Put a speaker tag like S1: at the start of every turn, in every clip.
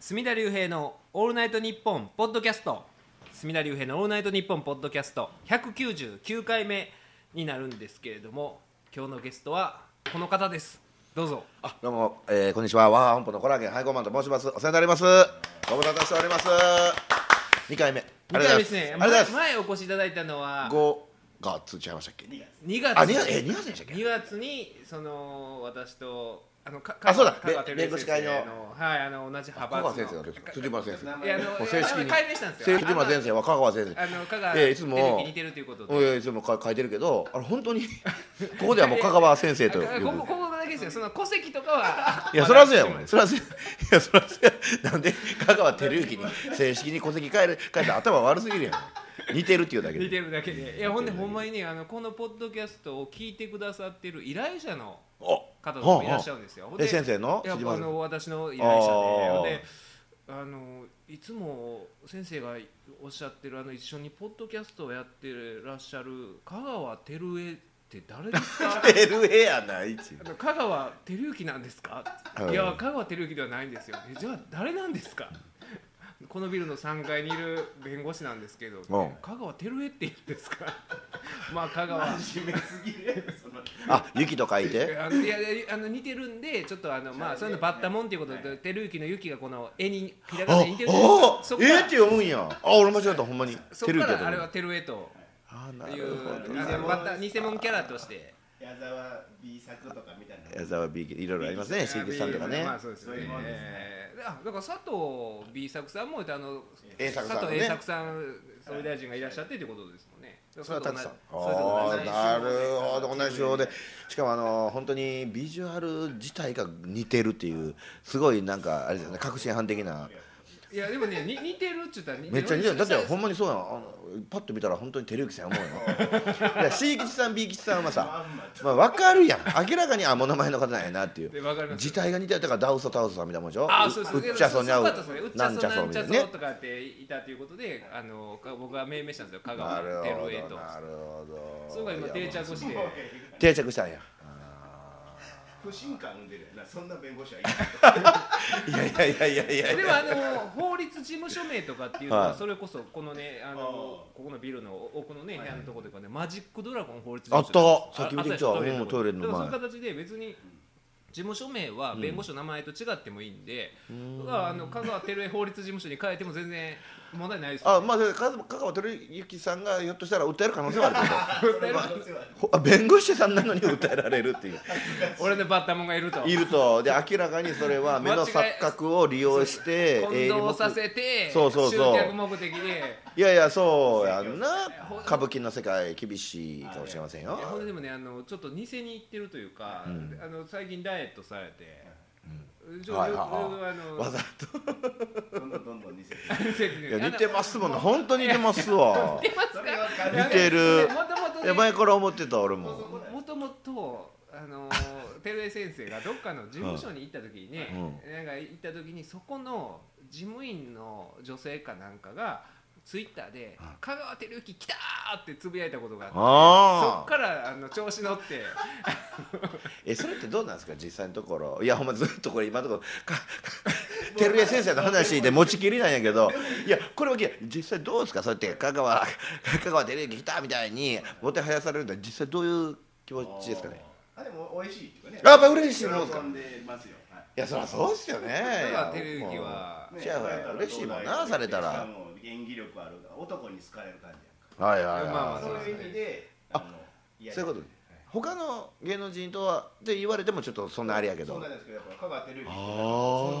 S1: 隅田竜平の「オールナイトニッポン」ポッドキャスト隅田竜平の「オールナイトニッポン」ポッドキャスト199回目になるんですけれども今日のゲストはこの方ですどうぞ
S2: あどうも、えーこんにちは。ワハ本舗のコラーゲンハイコーマンと申します。お世話になります。ご無沙汰しております。二回目。
S1: 2
S2: ありがとうござ
S1: 回
S2: い
S1: 目
S2: ま
S1: ですね
S2: ありがとうござい
S1: 前
S2: ます。
S1: 前お越しいただいたのは
S2: 五月ちゃいましたっけ？
S1: 2月
S2: あ、二月えー二月でしたっけ？
S1: 2月にその私とあのか
S2: あそうだ
S1: 香川照之
S2: 弁護士会の
S1: 先生はいあの同じ
S2: 香
S1: 派
S2: 川
S1: 閥
S2: 先
S1: の
S2: 生の辻村先生。
S1: いやあの
S2: もう正式
S1: あ
S2: に
S1: の改名したんですよ
S2: 正藤村先生は香川先生。
S1: あの香川
S2: いやいつも
S1: 照之似てるということで
S2: うんいやいつもか書いてるけど、あれ本当にここで はもう香川先生と呼
S1: あここ
S2: ぶ。
S1: ここだけですよその戸籍とかはい
S2: やそらそう やもん。そらそうや。いやそらそうや。なんで香川照之に正式に戸籍変える変えたら頭悪すぎるやん。似てるっていうだけ
S1: 似て
S2: で。
S1: るだけでいやほんでほんまにねあのこのポッドキャストを聞いてくださってる依頼者の
S2: お
S1: 方とかもいらっしゃるんですよほんで
S2: え先生の
S1: いや
S2: 辻村
S1: あ
S2: 先生
S1: の私の依頼者で
S2: あー
S1: ほんであのいつも先生がおっしゃってるあの一緒にポッドキャストをやってらっしゃる香川照江って誰ですか
S2: LA やないち
S1: あの香川照之なんですか、
S2: うん
S1: いや香川照之ではないんですよえじゃあ誰なんですかこのビルの3階にいる弁護士なんですけど、
S2: うん
S1: 香川照江って言うんですか まあ香川
S2: あ雪と書いて
S1: あのいやいやあの似てるんでちょっとあのまあそういうのバッタモンっていうことで照之の雪がこの絵にひらがな
S2: あ
S1: に似てるじゃないですか
S2: あ
S1: そこ
S2: え
S1: から
S2: えって読むんやあ俺間違えたほんまに
S1: そ
S2: て
S1: こ
S2: る
S1: か
S2: けど
S1: らあれは照江と
S2: あな
S1: いう
S2: るほど
S1: あのバッタ偽物キャラとして
S3: 矢沢 B 作とかみたいな
S2: 矢沢 B いろいろありますね椎木さんとかね
S1: まあそうですよ
S3: そうい
S1: ね
S3: うもんですね
S1: えーあだから佐藤 B 作さんもあの
S2: A 作さんね
S1: 佐藤 A 作さん総理大臣がいらっしゃってということですもんね
S2: それはたくさん
S1: それと同じ
S2: ああなるほど同じようでしかもあの本当にビジュアル自体が似てるっていうすごいなんかあれですね確信犯的ない
S1: やでもねに似てるっちゅったら似
S2: めっちゃ似てるだって
S1: そう
S2: ほんまにそうやんあのパッと見たら本当に照之さんや思 うよいや C 吉さん B 吉さんはさ、まあ、分かるやん明らかにあもう名前の方なんやなってい
S1: で
S2: う
S1: わかります
S2: 自体が似てるだからダウソタウソさんみたいなもんでしょ
S1: あそうそう
S2: うっちゃそにゃう
S1: そうそうそうそううっちゃ
S2: な
S1: そ
S2: ん
S1: う
S2: ちゃそ
S1: な
S2: み
S1: んちゃ
S2: たいな
S1: そ
S2: ね
S1: とかっていたということであのか僕が命名したんですよ香
S2: な
S1: 川
S2: る
S1: 照
S2: ほ
S1: 江
S2: ど
S1: と
S2: なるほど
S1: それが今定着して
S2: 定着したんや
S3: 不信感生んでるやなそんな弁護士はいない
S2: いやいやいやいやいや
S1: でもあの法律事務所名とかっていうの
S2: は
S1: はいそれこそこのねあの
S3: ああ
S1: ここのビルの奥のね部屋のところとかねマジックドラゴン法律事
S2: あ
S1: 務
S2: っ
S1: 所
S2: た
S1: あ
S2: さっき見てきた
S1: あっ
S2: うんトイレの前
S1: だからそういう形で別に事務所名は弁護士の名前と違ってもいいんで、だからあの香川照江法律事務所に変えても全然問題ないです
S2: あまあで香川照之さんがひょっとしたら訴える可能性はあるけど
S3: それは
S2: ほあ弁護士さんなのに訴えられるっていう
S1: 俺のバッタモンがいると
S2: いるとで明らかにそれは目の錯覚を利用して
S1: 混同させて
S2: そうそうそう
S1: 集客目的で
S2: いやいやそうやんな歌舞伎の世界厳しいかもしれませんよ
S1: いやほんででもねあのちょっと偽に行ってるというか、あの最近ダイエットされて、ちょ
S2: はいはい
S1: あの
S2: わざ
S3: どんどんどんどん似せてる
S2: いや似てますもんね本当に似てますわ
S3: それは
S1: あ
S3: 感
S1: の
S2: 似てる
S1: もともと
S2: い
S1: ね
S2: や前から思ってた俺も
S1: もともとあのー照江先生がどっかの事務所に行った時にね、なんか行った時にそこの事務員の女性かなんかがツイッターで「香川照之来た!」ってつぶやいたことがあってそ
S2: あ
S1: っ
S2: あ
S1: からあの調子乗って
S2: えそれってどうなんですか実際のところいやほんまずっとこれ今のところかか照江先生の話で持ちきりなんやけどいやこれは実際どうですかそうやって香川香川照之来たみたいにもてはやされるのは実際どういう気持ちですかね
S3: あでも美味しいっていうかね
S2: あやっぱ嬉しいもんですか
S3: 喜んでますよはい
S2: いやそりゃそうっすよ
S1: 香
S2: ねいや
S1: 川照之は
S3: ね
S2: じゃあ
S3: されたら
S2: 嬉しいもんな
S3: どうだい
S2: されたら
S3: しかも演技力あるから男に好かれる感じ
S2: はいはいは
S1: まあ
S2: い、
S1: まあ
S3: やんかそういう意味であのや
S2: そういうことね他の芸能人とはって言われてもちょっとそんなあれやけ
S3: そ
S2: ど
S3: うなんですけどやっぱ香川照之
S2: あ
S3: 存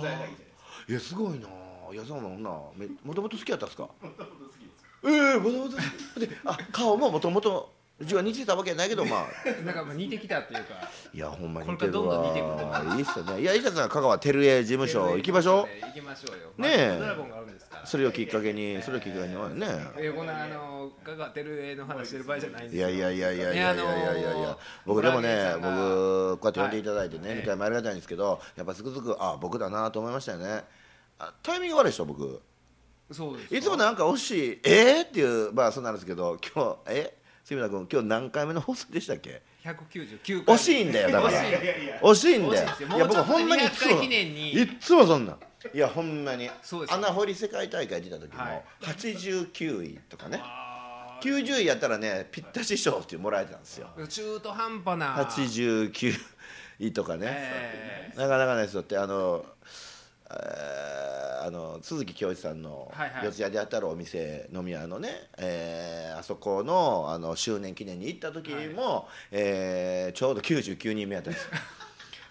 S2: ー
S3: 在がいいじゃないですか
S2: いやすごいなあいやそうなんなめもともと好きやったんですか
S3: もともと好きです
S2: ええもともとであ顔ももともとうちは似てたわけやないけどまあ
S1: なんかまあ似てきたっていうか
S2: いやほんまに
S1: これ
S2: 似
S1: か
S2: て
S1: らど
S2: る
S1: んどん似てくる
S2: わいいっすよねいや石田さん香川照江事務所行きましょ
S1: 行きましょうよ
S2: ねえ
S1: ドラゴンがあるんですから
S2: うそれをきっかけにそれをきっかけにね
S1: えーこんなあの香川照江の話してる場合じゃないんです
S2: い
S1: よ
S2: やいやいやいやいやいやいやいや
S1: ねあのー
S2: 僕でも
S1: 村上
S2: ね
S1: さんが
S2: 僕こうやって呼んでいただいて
S1: は
S2: ね
S1: い
S2: 2回もありがたいんですけどやっぱつくづくあ僕だなと思いましたよねあタイミング悪いでしょ僕
S1: そうですか
S2: いつもなんか惜しいえー、っていうまあそうなんですけど今日え杉村君今日何回目の放送でしたっけ
S1: 199回
S2: 惜しいんだよだから
S1: 惜しい
S2: 惜しいん
S1: 惜し
S2: だ
S1: い
S2: よ
S1: ですよ
S2: 惜しい
S1: もうちょっ
S2: んだよ
S1: と
S2: いや僕ほんまにい
S1: 200
S2: つも
S1: 回記念に
S2: いっつもそんなんいやほんまに
S1: そうですよね
S2: 穴掘り世界大会出た時
S1: は
S2: も
S1: い
S2: 89位とかね
S1: あー
S2: 90位やったらねぴったし賞っていうのもらえてたんですよ
S1: 中途半端な
S2: 89位とかね、
S1: え
S2: なかなかないですよってあのえーあの鈴木恭一さんの
S1: はいはい
S2: 四谷で当たるお店飲み屋のね、えーあそこのあの周年記念に行った時も、えーちょうど99人目やったん ですよ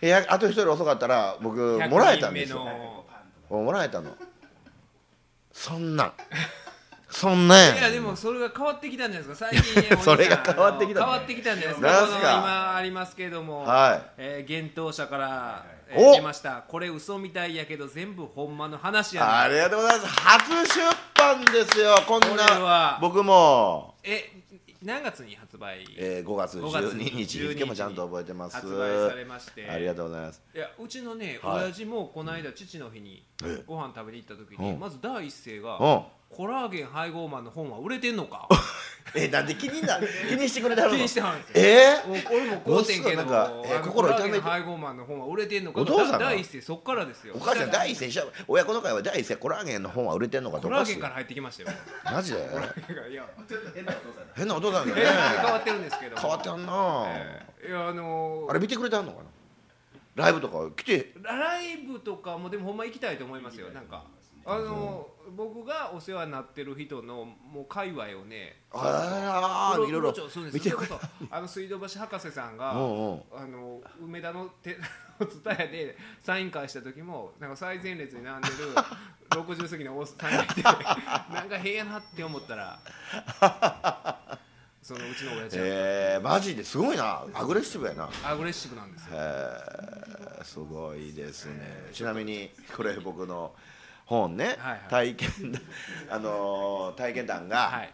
S2: いやあと一人遅かったら僕
S1: 100
S2: もらえたんです
S1: 人
S2: よ
S1: 目の
S2: もうもらえたのそんなんそんなんやねん
S1: いやでもそれが変わってきたんじゃないですか最近ねお兄さん
S2: それが変わってきた
S1: あの変わってきたんじゃないです
S2: な
S1: か
S2: ん
S1: こ
S2: すか
S1: の今ありますけれども
S2: はい
S1: えー、幻冬舎から、え
S2: お
S1: ー、出ましたこれ嘘みたいやけど全部ほんまの話や
S2: あ
S1: ね
S2: りがとうございます初出版ですよこん
S1: これ
S2: な
S1: は
S2: 僕も
S1: え何月に発売
S2: えー、5月
S1: 5月
S2: 12日
S1: 12日
S2: 日付もちゃんと覚えてます
S1: 発売されまして
S2: ありがとうございます
S1: いやうちのね、
S2: はい
S1: 親父もこの間父の日にご飯食べに行った時に、
S2: うん
S1: まず第一声が、
S2: うん
S1: コラーゲン配合マンの本は売れてんのか
S2: えなんで気にな気にしてくれたの
S1: 気にしてはるんですよ
S2: えー
S1: もう俺もこうてんけど
S2: もうすぐなんかえー
S1: あの
S2: 心
S1: コ
S2: 痛
S1: ラ
S2: めて
S1: ーゲン配合マンの本は売れてんのか
S2: お父さんが
S1: だ第一声そっからですよ
S2: お母ちゃん第一声しゃ親子の会は第一声コラーゲンの本は売れてんのか
S1: コ
S2: ど
S1: ラ
S2: か
S1: ーゲ
S2: し
S1: ンから入ってきましたよ
S2: らマジで
S1: いや
S3: ちょっと変なお父さんだ
S2: 変なお父さんだ
S1: 変
S2: ね
S1: わってるんですけど
S2: 変わってはんな、
S1: えーいやあのー
S2: あれ見てくれてはんのかなライブとか来て
S1: ライブとかもでもほんま行きたいと思いますよなんかあのー僕がお世話になってる人のもう界隈をね
S2: あ
S1: う
S2: あ
S1: ろ
S2: いろいろ
S1: うろちょそうです
S2: 見て
S1: そ
S2: く
S1: れ
S2: れ
S1: こそあの水道橋博士さん
S2: う
S1: が
S2: んうん
S1: あの梅田の 手伝えでサイン会した時もなんか最前列に並んでる60過ぎのおっさんがいて なんか変やなって思ったらそのうちの親父は、
S2: えー、マジですごいなアグレッシブやな
S1: アグレッシブなんですよ
S2: へーすごいですねちなみにこれ僕の本ね、
S1: はい
S2: 体験 談あのー体験談
S1: は
S2: が
S1: い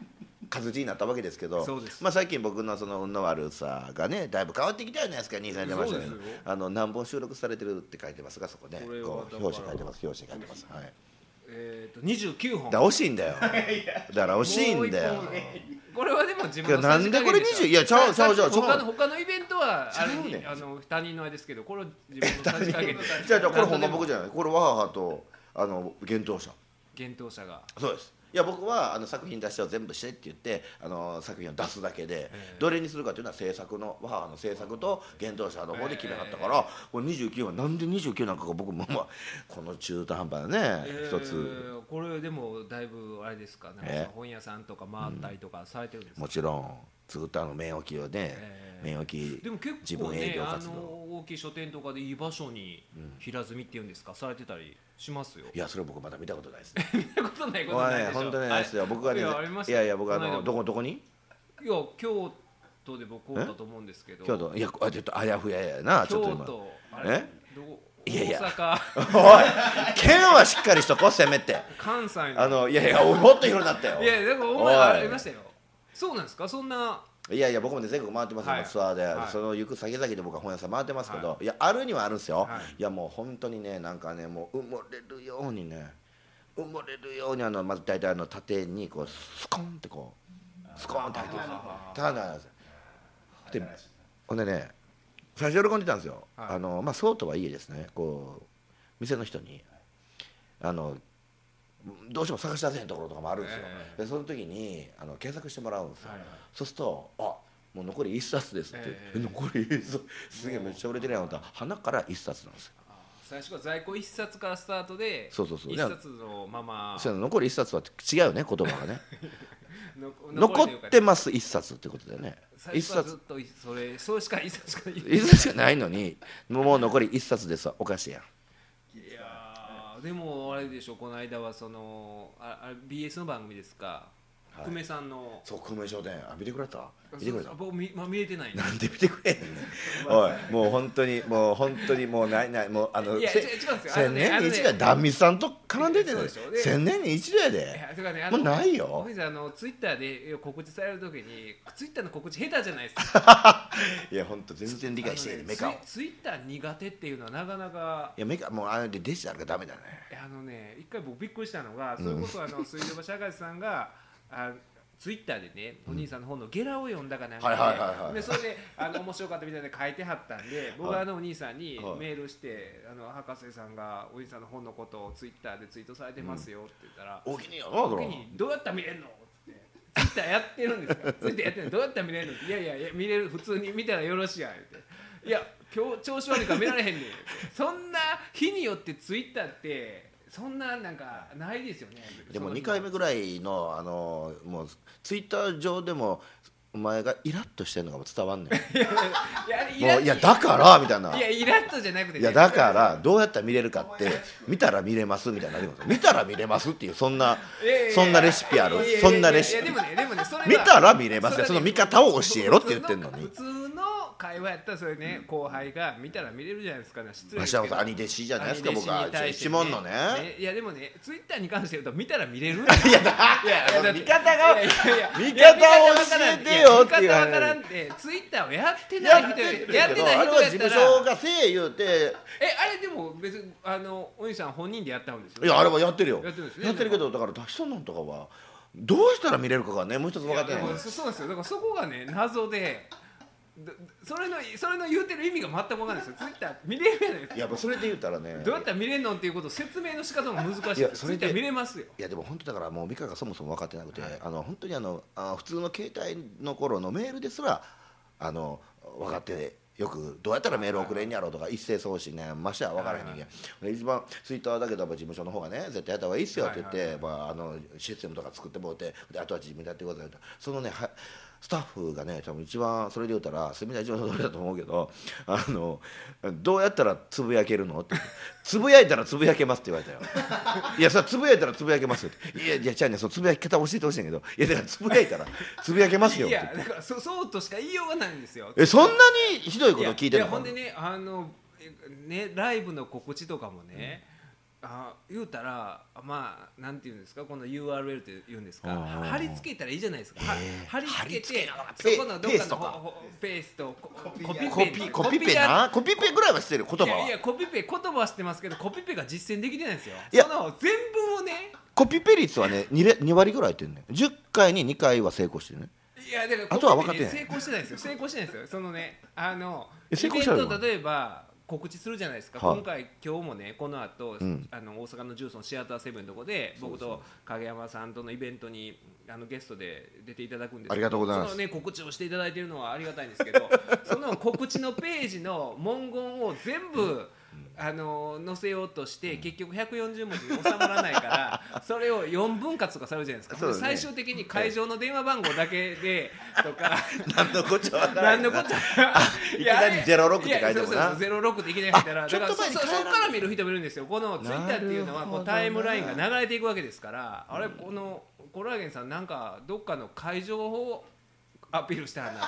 S2: 活字になったわけですけど、
S1: そうです
S2: まあ、最近僕のその運の悪さがねだいぶ変わってきたじゃないですか兄さんに出ましたけど
S1: そうですよ
S2: あの何本収録されてるって書いてますがそこね
S1: これは
S2: こう
S1: だから
S2: 表紙書いてます表紙書いてます、はい、
S1: えっ、と29本
S2: だから惜しいん だよだから惜しいんだよ
S1: もう一本これはでも自
S2: いや
S1: 分の
S2: な
S1: さじ
S2: ん
S1: 加
S2: で
S1: 減
S2: これ
S1: しょ
S2: 20いやちゃうちゃうちゃうち
S1: 他の
S2: ゃう
S1: 他のイベントはあれ
S2: ちゃうねん
S1: あの他人のあれですけどこれは自 分のさじ加減で
S2: じゃあじゃあこれほんま僕じゃないこれわははとあの幻冬舎
S1: 厳冬者が
S2: そうですいや僕はあの作品出しを全部してって言ってあの作品を出すだけでどれにするかというのは制作の母の制作と幻冬舎の方で決めはったからこれ29はなんで29なんかが僕もまあこの中途半端なね
S1: え
S2: 一
S1: ー
S2: つ
S1: これでもだいぶあれですかなんかその
S2: え
S1: 本屋さんとか回ったりとかされてるんですか
S2: もちろん作ったあの面置きをね
S1: えー
S2: 面置き
S1: でも
S2: 自
S1: 結構
S2: 分営
S1: ね
S2: 業
S1: あ
S2: 活
S1: の
S2: 動
S1: 大きい書店とかでいい場所に平積みっていうんですかされてたりしますよ
S2: いやそれ僕まだ見た ことないです
S1: 見たことないこと
S2: 僕は
S1: ない
S2: ね
S1: でしょ
S2: 本当にないですよ
S1: あれ
S2: 僕はね
S1: いやありまし
S2: い
S1: た
S2: やいや僕あ
S1: こ間
S2: のどこどこに
S1: いや京都で僕だと思うんですけど
S2: 京都いやあちょっとあやふややなちょっと
S1: 京
S2: 今
S1: 都あれ
S2: え
S1: どこ
S2: いやいや
S1: 大阪
S2: おい県はしっかりしとこうせめて
S1: 関西の
S2: あのいやいやおもっと広くなったよ
S1: いやいやでもお
S2: おい
S1: 前ありましたよそうなんですかそんない
S2: やいや僕もね全国回ってますよ、
S1: はい
S2: ツアーで、
S1: はい
S2: その行く先々で僕は本屋さん回ってますけど、い、やあるにはあるんですよ、
S1: はい
S2: い、やもう本当にねなんかねもう埋もれるようにね埋もれるようにあのまず大体あの縦にこうスコンってこうスコンって入ってるんですよターナーなんですよでほんでね最初喜んでたんですよ、
S1: はい
S2: あのまあそうとはいえですねこう店の人にあのどうしても探し出せへんところとかもあるんですよ、
S1: え
S2: でその時にあの検索してもらうんですよ、
S1: はいはい
S2: そうすると「あもう残り1冊です」って
S1: ええ
S2: 「え残り1冊すげえめっちゃ売れてるやん」と花から1冊なんですよ
S1: 最初は在庫一冊からスタートで
S2: そうそうそう
S1: 一冊のまま
S2: そういうの残り1冊は違うよね言葉 がね
S1: の
S2: 残
S1: りというか
S2: ってます1冊ってことだよね
S1: 最
S2: 1
S1: 初はずっ
S2: 冊
S1: とそれそれしか一冊しかい
S2: 1冊しかないのにもう残り1冊ですわおかしいやん
S1: やーでもあれでしょこの間はそのああれ BS の番組ですか
S2: はい
S1: 久米さんの
S2: そう久米商店あ見てくれた見てくれた
S1: 僕見,、まあ、見えてないんで
S2: なんで見てくれへんねんおいもう本当にもう本当にもうないないもうあの
S1: いや
S2: せ
S1: 違う違うんですよあ
S2: 千
S1: のね
S2: 年に一度
S1: あの
S2: や
S1: ね
S2: 壇蜜さんと絡んでてね
S1: そうでしょで
S2: 千年に一度や
S1: い
S2: で
S1: やとかねあ
S2: もう
S1: の
S2: ないよ
S1: 僕あのツイッターで告知されるときにツイッターの告知下手じゃないですか
S2: いや本当全然理解してない
S1: あのね
S2: メカをい
S1: ツイツイッター苦手っていうのはなかなか
S2: やメカもうあれでデジタルがダメだね
S1: いやあのね一回僕びっくりしたのがそれこそあの水道橋博士さんがあツイッターでねお兄さんの本の「ゲラ」を読んだかなん
S2: はいはいはいは
S1: か
S2: い
S1: ででそれであの面白かったみたいで書いてはったんで僕
S2: はい
S1: はあのお兄さんに
S2: はい
S1: メールして「あの博士さんがお兄さんの本のことをツイッターでツイートされてますよ」って言ったら「
S2: 大きいやろそ
S1: 時
S2: れ
S1: にどうやったら見れるの?」って「ツイッターやってるんですか?」「ツイッターやってるのどうやったら見れるの?」いやいやいや見れる普通に見たらよろしいや」って「いや今日調子悪いから見られへんねん」ってそんな日によってツイッターってそんななんかないですよね
S2: で
S1: そ
S2: も
S1: の
S2: 2回目ぐらいのあのもうツイッター上でもお前がイラッとしてるのが伝わんねん
S1: いやあれ イ
S2: も
S1: ラ
S2: ういや
S1: ッ
S2: だからみたいない
S1: やイラッとじゃなくて、ね、
S2: いやだからどうやったら見れるかって見たら見れますみたいなのあるよ見たら見れますっていうそんない
S1: やいやいや
S2: そんなレシピある
S1: いやいやいや
S2: そんなレシ
S1: いや
S2: ピ
S1: でもねでもねそれは
S2: 見たら見れますよ
S1: れ
S2: そ
S1: は
S2: の
S1: ね
S2: 見方を教えろって言ってんの
S1: 普
S2: に
S1: 通の会話やったらそれね後輩が見たら見れるじゃないですかね失礼です
S2: 橋
S1: け
S2: 本
S1: ど
S2: さん兄弟子じゃないですか
S1: 兄弟
S2: 僕
S1: 子
S2: は
S1: に対して
S2: 一門のね
S1: いやでもねツイッターに関して言うと見たら見れる
S2: いやだ
S1: いやだって
S2: 見方が
S1: いやいやいや
S2: 見方を教えてよって
S1: い
S2: いう
S1: や
S2: 話
S1: 見方わからんってツイッターをやってない
S2: やっ
S1: 人
S2: てる
S1: やっ
S2: け
S1: て
S2: ど
S1: ない
S2: あれ
S1: 人
S2: は
S1: やっ
S2: 事
S1: た
S2: 務
S1: ら
S2: 所がせえ言うて
S1: えあれでも別にあのお兄さん本人でやったんですよ
S2: いやあれはやってるよ
S1: やってるんですね
S2: やってるけどだから出しそうなんとかはどうしたら見れるかがねもう一つ分かってない
S1: いやそうそうなんですよだからそこがね謎でどそれのそれの言うてる意味が全く分かんないですよツイッター見れるやないですか
S2: いやもうそれで言うたらね
S1: どうやったら見れんのっていうことを説明の仕方も難しいです
S2: いや
S1: ツ
S2: そ
S1: イ
S2: れ
S1: ッタ
S2: で
S1: ー見れますよ
S2: いやでも本当だからもう美香がそもそも分かってなくて、あの本当にあのあ普通の携帯の頃のメールですらあの分かってよくどうやったらメール送れんやろうとか一斉送信ねましては分からへんねんけど一番ツイッターだけどやっぱ事務所の方がね絶対やった方がいいっすよって言って、
S1: はいはい
S2: まあ、あのシステムとか作ってもうてであとは自分でやってくださいとそのねはスタッフがね多分一番それで言うたら住田一番それだと思うけどあのどうやったらつぶやけるのってつぶやいたらつぶやけますって言われたよいやそれつぶやいたらつぶやけますよっていやいやじゃあねそのつぶやき方教えてほしいんやけどいやだからつぶやいたらつぶやけますよっ
S1: い
S2: て
S1: やだからそそうとしか言いようがないんですよ
S2: えそんなにひどいこと聞いて
S1: やや
S2: る
S1: ほん
S2: の
S1: でねあのねライブの告知とかもね、あ言うたらまあなんていうんですかこの URL って言うんですか
S2: うんうんうん
S1: 貼り付けたらいいじゃないですか、は貼り付けて
S2: ペ
S1: そこのどっ
S2: ペー
S1: か
S2: ス
S1: の
S2: とか
S1: ほほペースとコ
S3: コピー
S2: コピコピペなコピペぐらいはしてる言
S1: い
S2: 葉
S1: やい
S2: は
S1: やコピペ言葉は知ってますけどコピペが実践できてないんですよ
S2: いや
S1: その全文をね
S2: コピペ率はね 2, れ2割ぐらいやってるね10回に2回は成功して るね
S1: いやだから
S2: あとは
S1: コ
S2: 分
S1: ピ
S2: かっ
S1: ペ
S2: て
S1: ね成
S2: ない
S1: 功してないですよ成功してないですよそのねあの
S2: え成功してないの
S1: イベント例えば告知するじゃないですか、
S2: はい
S1: 今回今日もねこの後、
S2: うん
S1: あの大阪のジュースのシアターセブンのとこで僕と影山さんとのイベントにあのゲストで出ていただくんですけど
S2: ありがとうございます
S1: そのね告知をしていただいているのはありがたいんですけどその告知のページの文言を全部あの載せようとして結局140文字に収まらないからそれを4分割とかされるじゃないですか、
S2: そうだね
S1: 最終的に会場の電話番号だけでとか
S2: 何のこっちゃ分から
S1: 何のこっちゃ
S2: いきなり06って書いても
S1: や
S2: な
S1: そうそうそう06っていきなり書いたら
S2: あちょ
S1: だ
S2: っ
S1: から
S2: と
S1: そ
S2: 前に
S1: そ
S2: 変
S1: そ
S2: えられた
S1: っから見る人もいるんですよこのツイッターっていうのはこ
S2: なるほど
S1: う
S2: な
S1: タイムラインが流れていくわけですからあれこのコラーゲンさんなんかどっかの会場をアピールしたらなと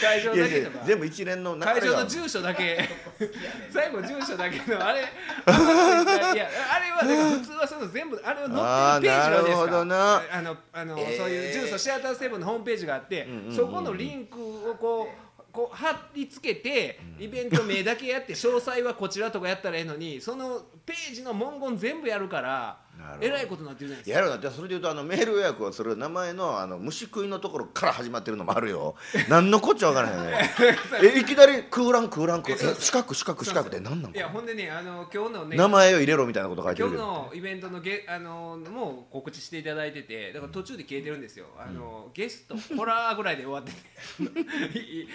S1: 会場
S2: いや
S1: だ
S2: い
S1: け
S2: や
S1: とか
S2: 全部一連の流れが
S1: 会場の住所だけ 最後住所だけのあれいやあれはだから普通はその全部あれを載ってるページ
S2: あー
S1: はです
S2: なるほ
S1: か
S2: どな
S1: あのあの、
S2: えー
S1: そういう住所シアターセブンのホームページがあって、
S2: んうんうん
S1: そこのリンクをこうこう貼り付けてイベント名だけやって詳細はこちらとかやったらええのにそのページの文言全部やるから
S2: なるほど
S1: えらいことになってるじゃないですか。
S2: やるなってそれで言うとあのメール予約をする名前のあの虫食いのところから始まってるのもあるよ何のこっちゃ分からへんよね えいきなり空欄空欄空
S1: えそう
S2: 欄四角四角四角って何なの
S1: いやほんでねあの今日のね
S2: 名前を入れろみたいなこと書いて
S1: 今日
S2: るけど
S1: のイベントのゲあのもう告知していただいててだから途中で消えてるんですよ、あのゲストホラーぐらいで終わってて いい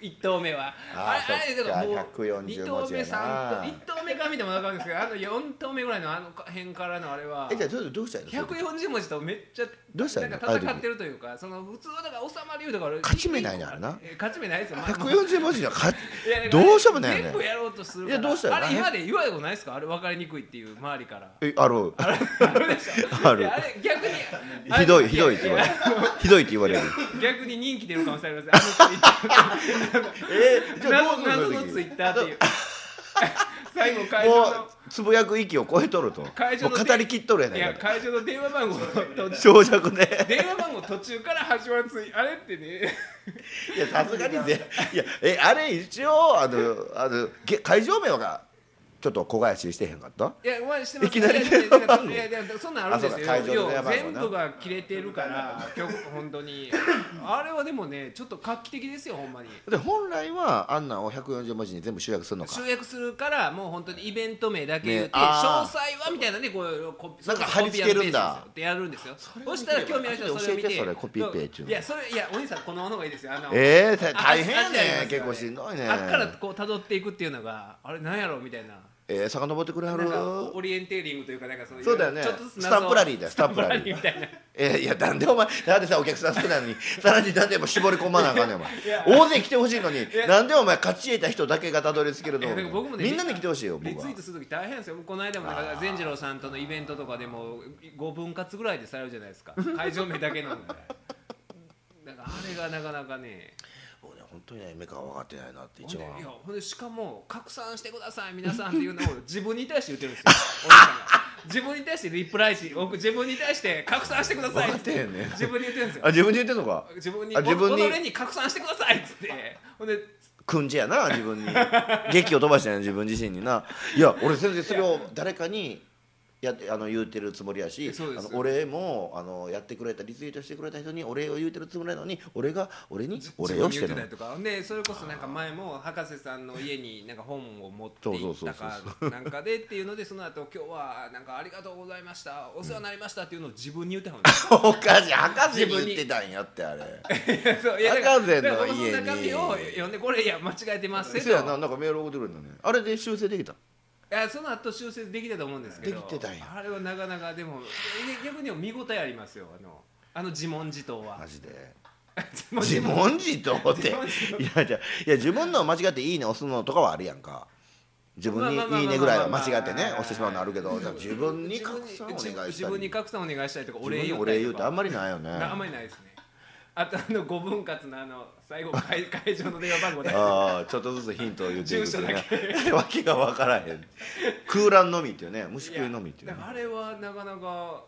S1: 一投目は
S2: あーそっか140
S1: 二投目
S2: 文字やな
S1: 三投一投目か見ても分かるんですけどあの四投目ぐらいのあの辺からのあれは
S2: えじゃあどうどうしたらいいの
S1: 140文字とめっちゃ
S2: どうしたらいい
S1: な
S2: の
S1: んか戦ってるというかその普通はだから収まりようだから
S2: 勝ち目ないねあれな
S1: え勝ち目ないですよ、まあ
S2: 140文字のか
S1: いやだから
S2: どうしようもないよ
S1: 全部
S2: ね
S1: やろうとするから
S2: いやどうしたら
S1: あれ今まで言われたことないですかあれ分かりにくいっていう周りから
S2: えある
S1: あるでしょ
S2: ある
S1: いやあれ逆にあれ
S2: ひどいひどいって言われ
S1: や
S2: るひどいって言われる
S1: 逆に人気出るかもしれません あ
S2: え
S1: のツイッター謎のツイッターっていう最後会
S2: も
S1: 場の
S2: うつぶやく域を超えとるとも
S1: 会場の
S2: う語りきっとるやないいか
S1: や
S2: と
S1: 会場の電話 番号の途中
S2: 長尺ね
S1: 電話番号途中から始まるツイあれってね
S2: いやさすがにぜいやえあれ一応あのあのげ会場名はちょっと小返ししてへんかった
S1: いや、まあ、してます
S2: いきなり
S1: いやいや
S2: 電話あんの
S1: いやいやいやそんなんあるんですよ
S2: あそうか会場でね
S1: 要
S2: や
S1: は
S2: ばいもん
S1: 全
S2: な
S1: 部が切れてるから今日本当にあれはでもねちょっと画期的ですよほんまに
S2: で本来はあんなんを140文字に全部集約するのか
S1: 集約するからもう本当にイベント名だけ言って、
S2: ね
S1: 詳
S2: あー
S1: 細はみたいなねこうコ
S2: なんか貼り付けるんだ
S1: コピーペーストですよってやるんですよ
S2: れ
S1: そしたら興味ある人はそれを見て
S2: 教えてそれコピーペーっていうの
S1: いやそれいやお兄さんこのままの方がいいですよあの
S2: えー、た大変や
S1: あああ
S2: ね
S1: っちありますよ
S2: 結構しんどいね
S1: あっからこう辿っていくっていうのがあれなんやろうみたいな
S2: えー、遡ってくれは
S1: なん
S2: る
S1: かオリエンテーリングというかなんかその
S2: そうだよね
S1: ちょっとずつ
S2: スタンプラリーだよスタンプラリー
S1: スみたいな
S2: えー、いやなんでお前なんでさお客さん少ないのにさらになんでも絞り込まなあかんねんお前
S1: や
S2: 大勢来てほしいのに
S1: や
S2: なんでお前勝ち得た人だけがたどり着ける
S1: いやなんか僕も
S2: の
S1: ね
S2: みんなに来てほしいよ
S1: リ
S2: 僕
S1: ツ
S2: は
S1: イートするとき大変ですよ、この間もだから善次郎さんとのイベントとかでも5分割ぐらいでされるじゃないです か、会場名だけなので、だからあれがなかなかね、
S2: 僕ね本当にね目が分かってないなって
S1: ほん
S2: 一
S1: で
S2: 番
S1: いやほんでしかも、拡散してください、皆さんっていうの を自分に対して言ってるんですよ、お兄さんが自分に対してリプライし、僕、自分に対して拡散してくださいっつ
S2: 分かってへんね
S1: 自分に言ってるんですよ
S2: あ。自分で言ってんのか
S1: 自分に
S2: あ自分に
S1: 己に拡散してくださいっつってほんで
S2: くんじやな自分 に劇を飛ばしてない自分自身にないや俺全然それを誰かにやってあの言うてるつもりやし
S1: そうです
S2: あの俺もあのやってくれたリツイートしてくれた人にお礼を言うてるつもりなのに俺が俺にお礼をして
S1: 自分に言って
S2: る
S1: た
S2: の
S1: りとかでそれこそなんか前も博士さんの家になんか本を持っていったかなんかでっていうのでその後今日はなんかありがとうございましたお世話になりましたっていうのを自分に言ってはるんです
S2: おかしい博士に言ってたんやってあれ
S1: そういやだから
S2: 博士の
S1: だから僕
S2: 家に
S1: そ中身を読んでこれいや間違えてますね
S2: そうやななんかメール送ってくるんだねあれで修正できた
S1: いやその後修正できたと思うんですけど
S2: できてたんや
S1: あれはなかなかでもいや逆にも見応えありますよあのあの自問自答は
S2: マジで
S1: 自
S2: 自問自答っていやじゃいや自分の間違って「いいね」押すのとかはあるやんか自分に
S1: まあまあまあまあ
S2: 「いいね」ぐらいは間違ってね押してしまうのあるけど
S1: はいはいはい
S2: 自分に拡散お願い
S1: 自
S2: した
S1: 分に
S2: り
S1: 自分に拡散お願いしたりとかお礼
S2: 自
S1: 言っ
S2: 分にお
S1: た
S2: 礼
S1: りと
S2: 言うって
S1: か
S2: あんまりないよね
S1: あんまりないですねあとあの5分割のあの最後会会場の電話番号で
S2: ああちょっとずつヒントを言っていくって
S1: 住
S2: ね わけが分からへん空欄のみっていうね虫食いのみっていう
S1: だ
S2: ね
S1: からあれはなかなか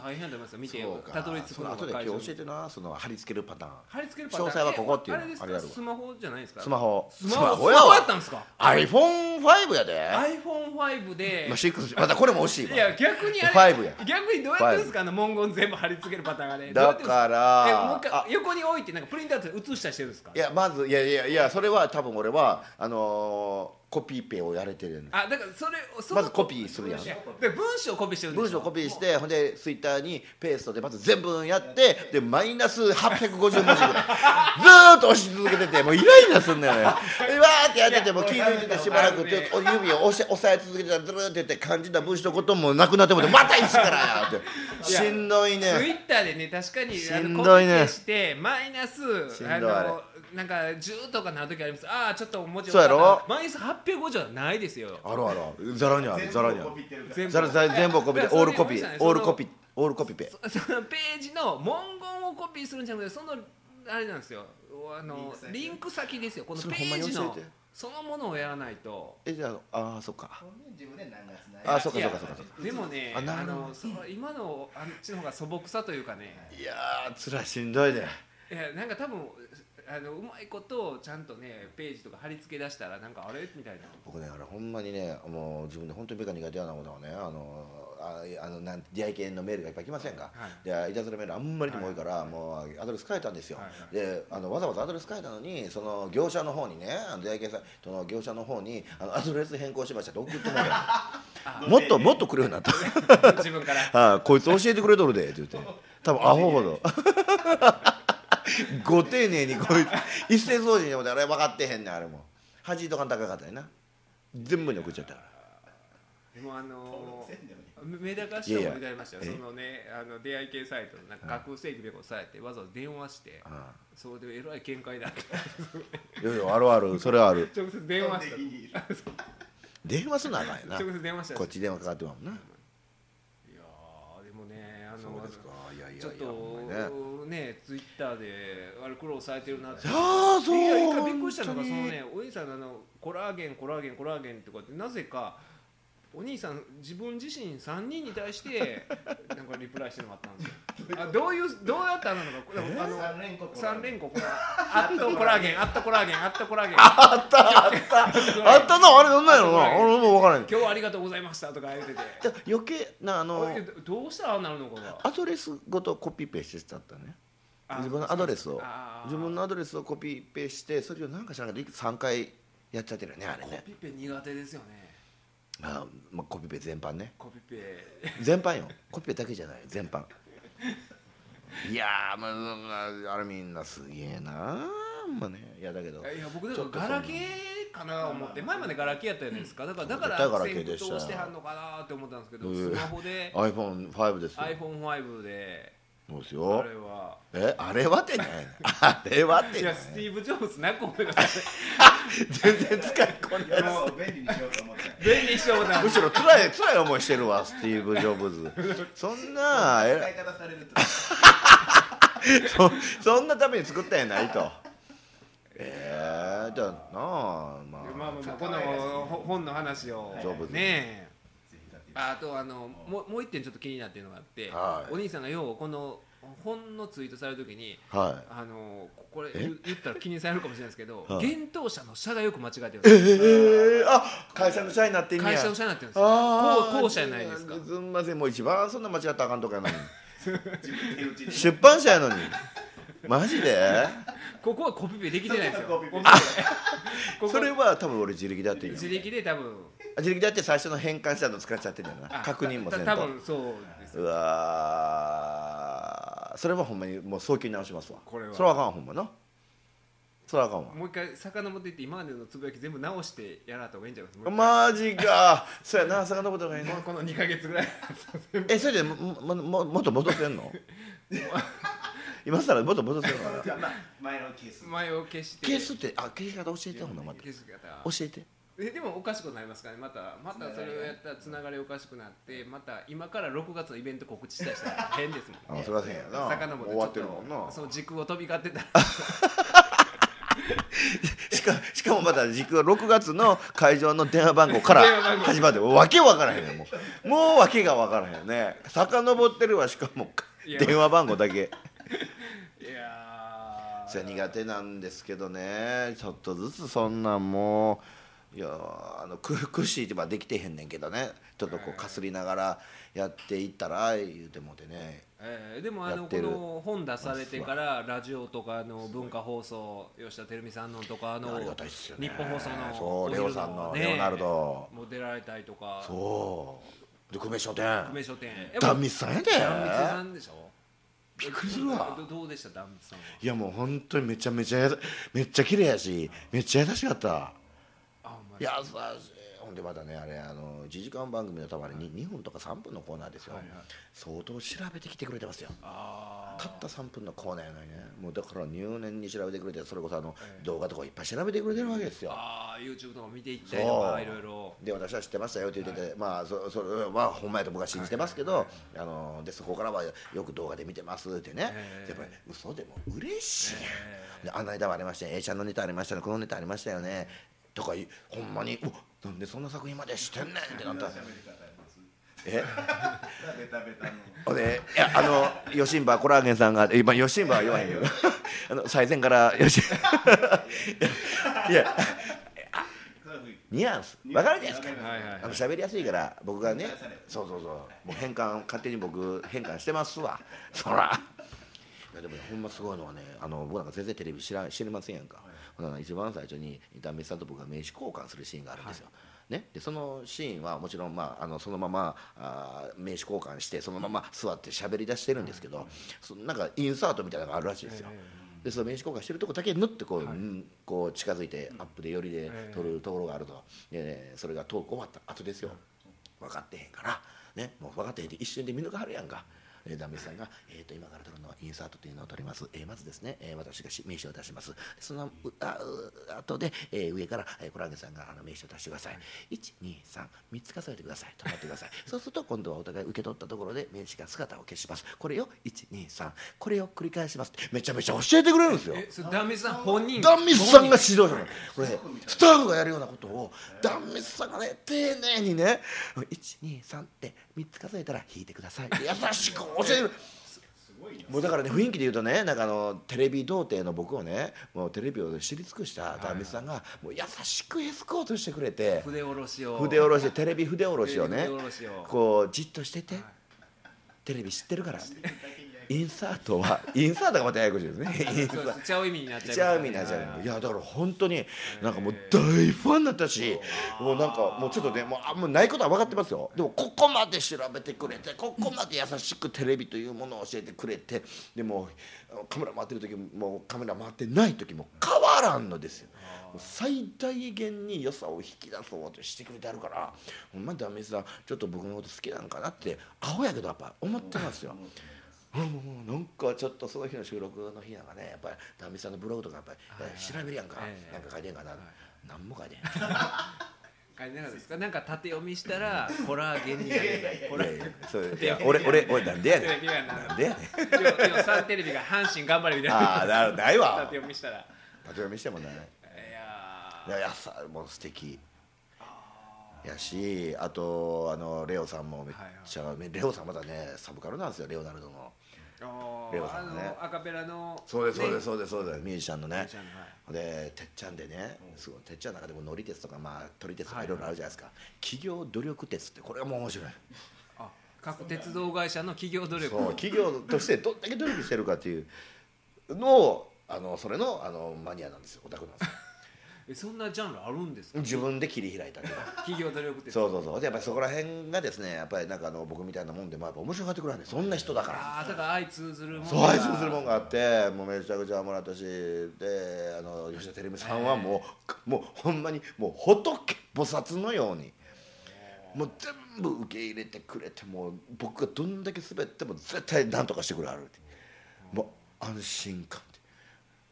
S1: 大変だと思いますよ見て
S2: そうか
S1: たどり着く
S2: その
S1: の
S2: 後で
S1: が
S2: 今
S1: 会場
S2: 日教え
S1: に
S2: てなその貼り付けるパターン
S1: 貼り付けるパターン
S2: 詳細はここっていうの
S1: えあれです
S2: あれや
S1: か
S2: るわ
S1: スマホじゃないですか
S2: スマホ
S1: スマホス
S2: や
S1: マホ
S2: わ
S1: やったんですか
S2: iPhone5 やで
S1: iPhone5 で
S2: まあ、6またこれも惜しいわ
S1: いや逆にあれ
S2: 5や
S1: 逆にどうやってるんですかあの文言全部貼り付けるパターンがね
S2: だか
S1: どう
S2: ら
S1: やってるんですかえもう一
S2: あ
S1: 回横に置いてなんかプリントアウトで写したりしてるんですか
S2: いやまずいやいやいやそれは多分俺はあのーコピーペをやれてるの
S1: あだからそれをその
S2: まずコピーするやん
S1: いだから文章をコピーしてるんで
S2: 文
S1: し
S2: 章
S1: ょ
S2: コピーしてほんでツイッターにペーストでまず全部やってでマイナス850文字ぐらい ずーっと押し続けててもうイライラすんだよねでわーってやっててもう気抜いててしばらくで指を押し押さえ続けてたらずるーってって感じた文章のこともなくなってもうてまた一からやって
S1: いや
S2: しんどい
S1: ツイ
S2: ね
S1: ッターでね確かに
S2: し
S1: あ
S2: ん
S1: の
S2: ど
S1: コピ
S2: いね
S1: ペしてマイナス
S2: しんどい
S1: あ
S2: あれ
S1: のなんか10とかなる時ありますああちょっともち
S2: そうやろ
S1: マイナス850はないですよ
S2: あるあるざらにあるざらにあ
S3: 全部コピ
S2: る
S3: ーってるから
S1: 全部
S2: ざらざら全部コピーで
S1: いや
S2: オールコピ
S1: それ
S2: ー
S1: で
S2: オ
S1: もいいじゃない
S2: ールコピーオールコピペ
S1: そそのページの文言をコピーするんじゃなくてそのあれなんですよあのリンク先ですよこの
S2: そ
S1: ペ
S2: れほんまに
S1: ー
S2: 教え
S1: ジ
S2: て
S1: のそのものをやらないと
S2: えじゃああーそっか
S3: 本人自分で何月ない
S2: あそうか
S1: いや
S2: そうかそうかそう
S1: でもね
S2: あ
S1: あ
S2: なるほど
S1: のその今のあっちの方が素朴さというかね
S2: いやーつらしんどいで
S1: いやなんか多分あのうまいことをちゃんとねページとか貼り付け出したらなんかあれみたいな
S2: 僕ねあれほんまにねもう自分で本当に目が苦手やなことはねあのああのなん出会い系のメールがいっぱい来ませんか、
S1: はい
S2: でいたずらメールあんまりにも多いから、もうアドレス変えたんですよ、
S1: はいはい
S2: であのわざわざアドレス変えたのにその業者の方にねあの出会い系さんその業者の方にあのアドレス変更しましたって送ってもら ったもっともっと来るようになった
S1: 自分から
S2: ああこいつ教えてくれとるでって言って多分アホ ほどご丁寧にこいつ一斉掃除にもあれ分かってへんねんあれも恥とかん高かったよな全部に送っちゃったから
S1: でもあの
S3: せんでもいい
S1: 目立たしてもらいましたよ
S2: いやいや
S1: そのねあの出会い系サイトのなんか架空請求でこうされてわざわざ電話して
S2: あ
S1: それでえらい見解だって
S2: あいやいやあるあるそれはある
S1: 直接電話し
S3: 基本的にいる
S2: 電話すんなあかんよ
S1: た
S2: な
S1: 直接電話した
S2: こっち電話かかってまうもんない
S1: やーでもねあ
S2: そう
S1: の
S2: ですかいやいやいや
S1: ちょっ
S2: ほんまにね
S1: とねツイッターであれ苦労されてるなって
S2: ああそう
S1: いや一回びっくりしたのが
S2: 本
S1: そ
S2: 当
S1: の
S2: に
S1: ねお兄さんのあのコラーゲンコラーゲンコラーゲンってこうやってなぜかお兄さん自分自身3人に対 してなんかリプライしてもらったんですよあどういうどうやったのかこれあの
S3: 三連国
S1: 三連呼このアットコラーゲ ンアットコラーゲンアットコラーゲン
S2: あったあったあったなあれどんなんやろな俺も分からん
S1: 今日はありがとうございましたとか言うてて
S2: だ余計なあの
S1: おいどうしたらああなるのかが
S2: アドレスごとコピペしてたったね
S1: あ
S2: 自分のアドレスを
S1: あー
S2: 自分のアドレスをコピペしてそれをなんか知らなくて3回やっちゃってるよねあれね
S1: コピペ苦手ですよね
S2: あー、まあ、コピペ全般ね
S1: コピペ
S2: 全般よ コピペだけじゃない 全般いやーまあまああれみんなすげえなまあねいやだけど
S1: いや僕だ
S2: ち
S1: か
S2: ょっと
S1: らガラケーかなと思って前までガラケーやったじゃないですかだからだから
S2: 絶対ガラケーでした
S1: 戦闘してはんのかなって思ったんですけど
S2: うん
S1: スマホ で
S2: iPhone5 ですよ
S1: iPhone5 で
S2: そうです
S1: あ
S2: よ
S1: れは
S2: えあれはて ないあれはて
S1: い
S2: な
S1: や
S2: い
S1: スティーブ・ジョブズなく思いま し
S2: 全然使いこない
S3: いやもう便利にしようと思って
S1: た便利しような
S2: むしろ辛い辛い思いしてるわスティーブ・ジョブズそんなえら
S3: 使い方されると
S2: そそんなために作ったんやない と。ええー、じゃあなあま
S1: まあまあまあこ
S3: 可愛いですね
S1: のほ本の話を
S2: ジョブズ
S1: ねえ
S3: ぜひ買ってみて
S1: あとあのもうもう一点ちょっと気になってるのがあって
S2: はい
S1: お兄さんがようこの本のツイートされるときに
S2: あ、は
S1: あのここれ
S2: え
S1: 言言ったら気にされるかもしれないですけど
S2: はい
S1: 幻冬舎の社がよく間違えてるん
S2: い。
S1: で
S2: え
S1: す
S2: えあ会社の社員になってんねや
S1: 会社の社になってるんですよ
S2: ああ
S1: こうこう社じゃないですか
S2: すんませんもう一番そんな間違ったらあかんとかやのに
S3: 自分で手打ちに
S2: 出版社やの にマジで
S1: ここはコピペできてないんですよ
S3: そこはコピペ
S1: あここ
S2: それは多分俺自力でやっていいの
S1: 自力で多分
S2: あ自力でやって最初の変換したの使っちゃってんだよな
S1: あ
S2: 確認もせん
S1: た多
S2: と
S1: 分そうです
S2: うわーそれはほんまにもう早急に直しますわ
S1: これは
S2: それはあかんわほんまなそれはあかんわ
S1: もう一回遡っていって今までのつぶやき全部直してやらとかいいんじゃないですかもう
S2: マジかそうやな坂のことがいい
S1: 一
S2: な
S1: 回この2か月ぐらい
S2: えそれでももももっと戻せ んの今更もっと戻せんの
S3: じゃあまあ前のケース
S1: 前を消して
S2: 消すってあ消し方教えてほんなまた
S1: 消し方
S2: 教えて
S1: えでもおかしくなりますからねまたまたそれをやったらつながりおかしくなってまた今から6月のイベント告知したりしたら変ですもん
S2: あ
S1: ね
S2: それは変やな
S1: 遡って
S2: 終わってるもん
S1: ちょっ
S2: な
S1: とその軸を飛び交ってたら
S2: しかしかもまだ軸6月の会場の電話番号から
S1: 電話番号
S2: 始まってわけわからへんよもうもうわけがわからへんよね遡ってるわしかも
S1: いや
S2: 電話番号だけ
S1: いやー
S2: それ苦手なんですけどねちょっとずつそんなんもういやあのく苦しいってばできてへんねんけどねちょっとこうかすりながらやっていったら言うてもうてね
S1: えーでもあ
S2: や
S1: の
S2: っ
S1: こ
S2: てる
S1: の本出されてからラジオとかあの文化放送吉田照美さんのとかあの
S2: ありがたいっすよね
S1: 日本放送の
S2: そうレオさんのレオナルド
S1: も出られたりとか
S2: そうで久米商店
S1: 久米書店
S2: 壇蜜さんやで
S1: 壇蜜さんでしょ
S2: びっくりするわ
S1: どどうでした壇蜜さんはい
S2: やもう本当にめちゃめちゃやさめっちゃ綺麗やしめっちゃ優しかった
S1: あほんま
S2: 優
S1: に
S2: しいほんでまたねあれあの1時間番組のたまに2分とか3分のコーナーですよ、
S1: はいはい
S2: 相当調べてきてくれてますよ
S1: あー
S2: たった3分のコーナーやのにねもうだから入念に調べてくれてそれこそあの
S1: ええ
S2: 動画とかいっぱい調べてくれてるわけですよ
S1: あー YouTube とか見ていったりと
S2: そ
S1: か
S2: う
S1: いろいろ
S2: で私は知ってましたよって言ってて、まあそそれはほんまやと僕は信じてますけど、あのでそこからはよく動画で見てますってね、
S1: ええ
S2: やっぱり嘘でも嬉しいやん、
S1: えー
S2: であの間はありましたよ A ちゃんのネタありましたよこのネタありましたよねとかいほんまにうわなんでそんな作品までしてんねんってな
S3: ど
S2: っ
S3: ん
S2: た
S3: な
S2: ら
S3: 喋り方やります
S2: え
S3: ベタベタの
S2: ほんでいやあのヨシンバコラーゲンさんが今ヨシンバは言わへんけど あの最前からヨシ いや
S3: そういうふうに
S2: ニュアンス分かるじゃないですか
S1: はいはい
S2: あの喋りやすいから僕がね
S3: 返される
S2: そうそうそうもう変換勝手に僕変換してますわ そらいやでもねほんますごいのはねあの僕なんか全然テレビ知ら知りませんやんか、ほんなら一番最初にダメさんと僕が名刺交換するシーンがあるんですよ、ね、でそのシーンはもちろん、まあ、あのそのままあー名刺交換してそのまま座って喋り出してるんですけど、そのなんかインサートみたいなのがあるらしいですよ、
S1: ええ
S2: でその名刺交換してるとこだけぬってこう,、うんこう近づいてアップで寄りで
S1: ええ
S2: 撮るところがあると、でねそれがトーク終わった後ですよ分かってへんから、ね、もう分かってへんって一瞬で見抜かはるやんかえー、ダンベルさんが、えー、と今から撮るのはインサートというのを撮ります、えーまずですね、えー私がし名刺を出しますそのうあう後で、えー上から、えー、コラーゲンさんがあの名刺を出してください1233つ数えてください止まってくださ いそうすると今度はお互い受け取ったところで名刺が姿を消しますこれを123これを繰り返しますってめちゃめちゃ教えてくれるんですよ
S1: えそれダンベルさん本人
S2: ダンミスさんが指導者なのこれねスタッフがやるようなことをダンミスさんがね丁寧にね123って3つ数えたら引いてください優しく教えてる
S3: すごいな
S2: もうだからね雰囲気で言うとねなんかあのテレビ童貞の僕をねもうテレビを知り尽くしたダンミスさんがもう優しくエスコートしてくれて
S1: 筆下ろしを
S2: 筆下ろしテレビ筆下ろしをね
S1: テレビ筆下ろしを
S2: こうじっとしててテレビ知ってるからインサートはインサートがまたややこしいですねインサ
S1: そう
S2: ー
S1: で
S2: ト
S1: すちゃう意味になっちゃいます
S2: ちゃうみたいじゃないいやだから本当になんかもう大ファンだったしもうなんかもうちょっとねもうあもうないことは分かってますよでもここまで調べてくれてここまで優しくテレビというものを教えてくれてでもうあのカメラ回ってる時ももうカメラ回ってない時も変わらんのですよもう最大限に良さを引き出そうとしてくれてあるからほんまダメさんちょっと僕のこと好きなんかなってアホやけどやっぱ思ってますよ。もうもうなんかちょっとその日の収録の日なんかねやっぱりダンビさんのブログとかやっぱり
S1: はいはい
S2: 調べるやんか、
S1: ええ
S2: なんか書いてんかな、なんも書いてん
S1: あれなんかですかなんか縦読みしたら コラーゲンになるみたいなコ
S2: い
S1: ラ
S2: や
S1: ー
S2: い
S1: ゲ
S2: や
S1: ン
S2: そういや俺俺俺なんでやね
S1: テレビや
S2: ん
S1: な
S2: なんでやねん
S1: 今日今日サンテレビが阪神頑張れみたいな
S2: ああなるないわ
S1: 縦
S2: 縦
S1: 読みしたらい
S2: 読みしてもない
S1: や
S2: いやいやさもう素敵やしあとあのレオさんもめっちゃ、レオさんまだねサブカルなんですよレオナルドの
S1: ーあ
S2: レオ
S1: ー
S2: さ
S1: あ
S2: んね
S1: のアカペラの
S2: そうですそうです
S1: ね
S2: そうですそうですミュージシャンのね
S1: ミュージシャンのは
S2: でてっちゃんでねすごいてっちゃんの中でも乗り鉄とかまあ取り鉄とかいろいろあるじゃないですか、企業努力鉄ってこれがもう面 白い
S1: あ各鉄道会社の企業努力
S2: そう企業としてどんだけ努力してるかっていうのをあのそれのあのマニアなんですよオタクなん ですよ
S1: えそんなジャンルあるんですか
S2: 自分で切り開いたりとか
S1: 企業努力って
S2: そうそうそうでやっぱりそこら辺がですねやっぱりなんかあの僕みたいなもんでもやっぱ面白がってくれるんでそんな人だから
S1: ああだから相通ずるもん
S2: そう愛するもんがあってもうめちゃくちゃもらったしであの吉田照美さんはもう、もうほんまにもう仏菩薩のようにもう全部受け入れてくれてもう僕がどんだけ滑っても絶対何とかしてくれはるってもう安心感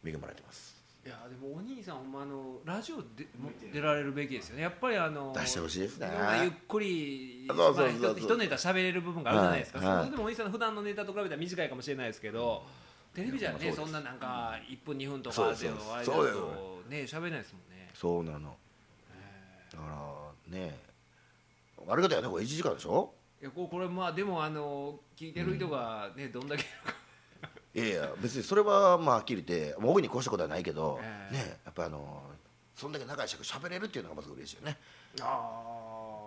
S2: で恵まれてます
S1: いやでもお兄さんほんまあのラジオでも出られるべきですよねやっぱりあの
S2: 出してほしいですね
S1: ろんなゆっくり
S2: そうそうそう
S1: まあひと一ネタ喋れる部分があるじゃないですか、
S2: はいはい
S1: それでもお兄さんの普段のネタと比べたら短いかもしれないですけど、テレビじゃ
S2: いや
S1: ね
S2: まあそう
S1: そ
S2: です
S1: んななんか1分2分と
S2: そう
S1: か
S2: です
S1: で終わりだ
S2: そうです
S1: とね喋れないですもんね
S2: そうなのだからね悪かったよねこれ1時間でしょ
S1: いやこうこれまあでもあの聞いてる人がね、どんだけいるか
S2: いやいや別にそれはまあはっきり言ってもう僕に越したことはないけど、
S1: ええ
S2: ねやっぱあのそんだけ長い尺喋れるっていうのがまず嬉しいよね
S1: あ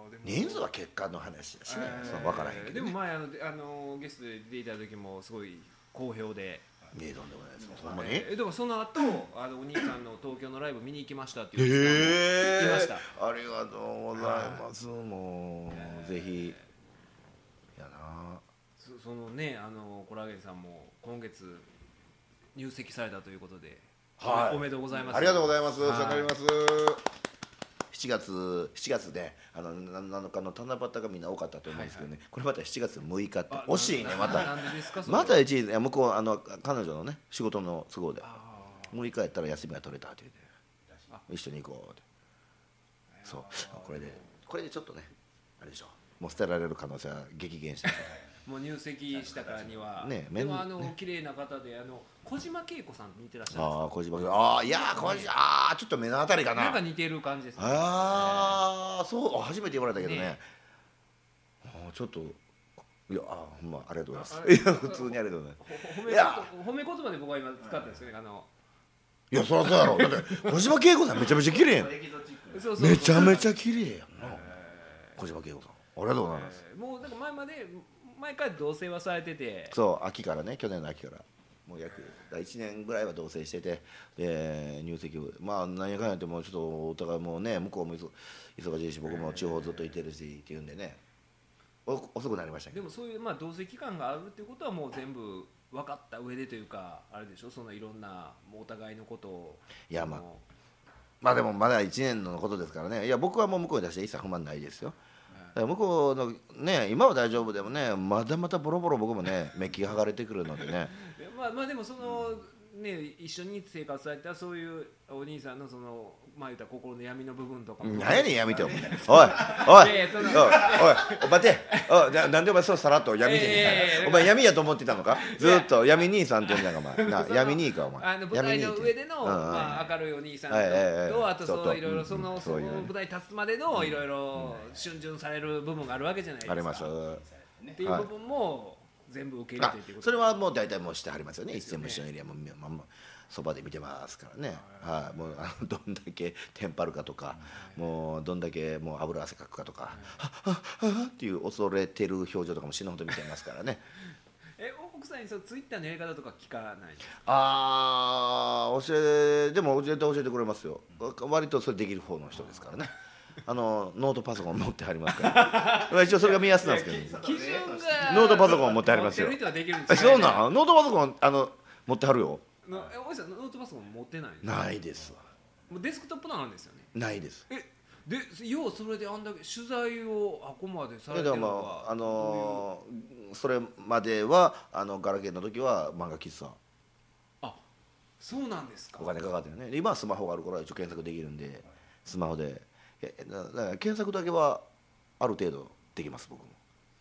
S1: あでも
S2: 人数は結果の話だしね、その分からへんけ
S1: で
S2: ど、
S1: も
S2: ね、
S1: 前あのであのゲストで出ていた時もすごい好評で
S2: いやとんでもないですほんまに
S1: えーでもその後あのお兄さんの東京のライブ見に行きましたってい
S2: え
S1: う
S2: え
S1: 行きました
S2: ありがとうございますもうぜひやな
S1: そそのねあのコラーゲンさんも今月入籍されたということで、
S2: はい
S1: おめでとうございます
S2: ありがとうございます
S1: は
S2: 助かります7月7月であのな7日の七夕がみんな多かったと思うんですけどね、これまた7月6日って
S1: あ
S2: 惜しいね
S1: な
S2: また
S1: ななんでですかそれ
S2: まだ一時いや向こうあの彼女のね仕事の都合で
S1: あ
S2: もう一回やったら休みが取れたって言って
S1: あ
S2: 一緒に行こうってそうこれでこれでちょっとねあれでしょもう捨てられる可能性は激減した
S1: ーもう入籍したからには、
S2: ね
S1: でもあの、
S2: めんね
S1: 綺麗な方であの小島恵子さん似てらっしゃるん
S2: ああ小島君ああいやー小島ああちょっと目のあたりか
S1: ですかなん
S2: な
S1: か似てる感じですね
S2: ああそうあ初めて言われたけどね
S1: ね
S2: ああちょっといやああほんまありがとうござ
S1: あ
S2: い
S1: あ
S2: ま
S1: れ
S2: すいや普通にありがとうございます
S1: ほ褒め
S2: い
S1: 言
S2: や
S1: 葉褒め言葉で僕は今使ったんですよねあの
S2: いやそりゃそうやろだって小島恵子さんめちゃめちゃ綺麗やん
S3: エキゾチック
S1: そうそうそう
S2: めちゃめちゃ綺麗やんな小島慶子さんありがとうございます
S1: えーもうなんか前まで毎回同棲はされてて
S2: そう秋からね去年の秋からもう約1年ぐらいは同棲しててで入籍をまあ何やかんやってもうちょっとお互いもうね向こうも忙忙しいし僕も地方ずっといてるしっていうんでねお遅くなりましたけ
S1: で
S2: ど
S1: もそういうまあ同棲期間があるっていうことはもう全部分かった上でというかあれでしょそのいろんなもうお互いのことを
S2: いやまあ
S1: の
S2: まあでもまだ1年のことですからねいや僕はもう向こうに出して一切不満ないですよ
S1: えー
S2: から向こうのね今は大丈夫でもねまだまだボロボロ僕もね メッキ剥がれてくるのでね
S1: まあまあでもその、ね一緒に生活されたそういうお兄さんのそのまあ言ったら心の闇の部分とかも
S2: 何やねんやめてよおいおいおい
S1: いやいやそんな
S2: おい待ておいななんでお前そうさらっと闇で、
S1: いやいやいやいや
S2: お前闇やと思ってたのかずっと闇兄さんって言うんだからお前な闇兄かお前
S1: あの舞台の
S2: 闇兄って
S1: 上での、
S2: うん
S1: まあ、明るいお兄さんと,、
S2: はいはいはい
S1: とあと
S2: そう
S1: そ
S2: そう
S1: ういろいろそ
S2: うんう
S1: の
S2: ん
S1: その
S2: そういうね
S1: 舞台に立つまでのいろいろ逡巡される部分があるわけじゃないですか。
S2: あります
S1: っていう部分も全部受け入
S2: あ
S1: れてっていうこと
S2: それはもう大体もうしてはりますよね一
S1: すよ
S2: 線
S1: ね
S2: も一緒のエリアもまんまそばで見てますからね、はい、もうあのどんだけテンパるかとか、もうどんだけもう油汗かくかとか、はっはっはっっていう恐れてる表情とかも死ぬほど見てますからね
S1: え奥さんにそうツイッターのやり方とか聞かないんですか
S2: ああ教えでも絶対教えてくれますよ割とそれできる方の人ですからね あのノートパソコン持ってはりますから一応それが目安なんですけど、
S1: 基準が
S2: ノートパソコン持ってありますよ
S1: 持ってる人はできるんで
S2: え
S1: すか
S2: そうなんノートパソコンあの持ってはるよ
S1: のえ奥さんノートパソコン持ってないの
S2: ないですわ
S1: もうデスクトップなんですよね
S2: ないです
S1: えでようそれであんだけ取材をあこまでさ
S2: いや
S1: れて
S2: で
S1: る
S2: も
S1: の
S2: ま
S1: は
S2: ああのーそれまではあのガラケーの時は漫画喫茶
S1: あそうなんですか
S2: お金かかってるねで今はスマホがあるから一応検索できるんでスマホでえだだから検索だけはある程度できます僕も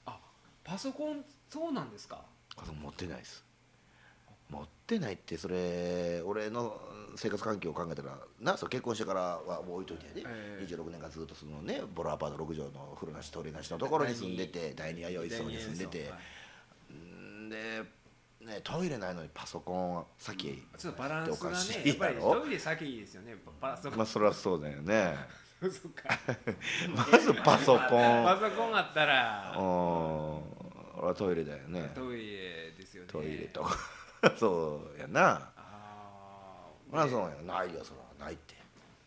S1: あパソコンそうなんですか
S2: あでも持ってないです持ってないってそれ俺の生活環境を考えたらなそう結婚してからはもう置いといてね、
S1: ええ
S2: 26年間ずっとそのねボロアパート6畳の風呂なし通りなしのところに住んでて第二は良い層に住んでて
S1: はい
S2: んで、ね、トイレないのにパソコンは先へ、
S1: ちょっとバランスがね
S2: おかしい
S1: やっぱり
S2: だろ
S1: トイレ先いいですよねパソコン、
S2: まあそりゃそうだ よね
S1: そっか
S2: まずパソコ
S1: パ
S2: ン
S1: ソコンあったら
S2: うん俺はトイレだよね
S1: トイレですよね
S2: トイレとか そうやな
S1: あー
S2: そりゃそうやないよそりゃないって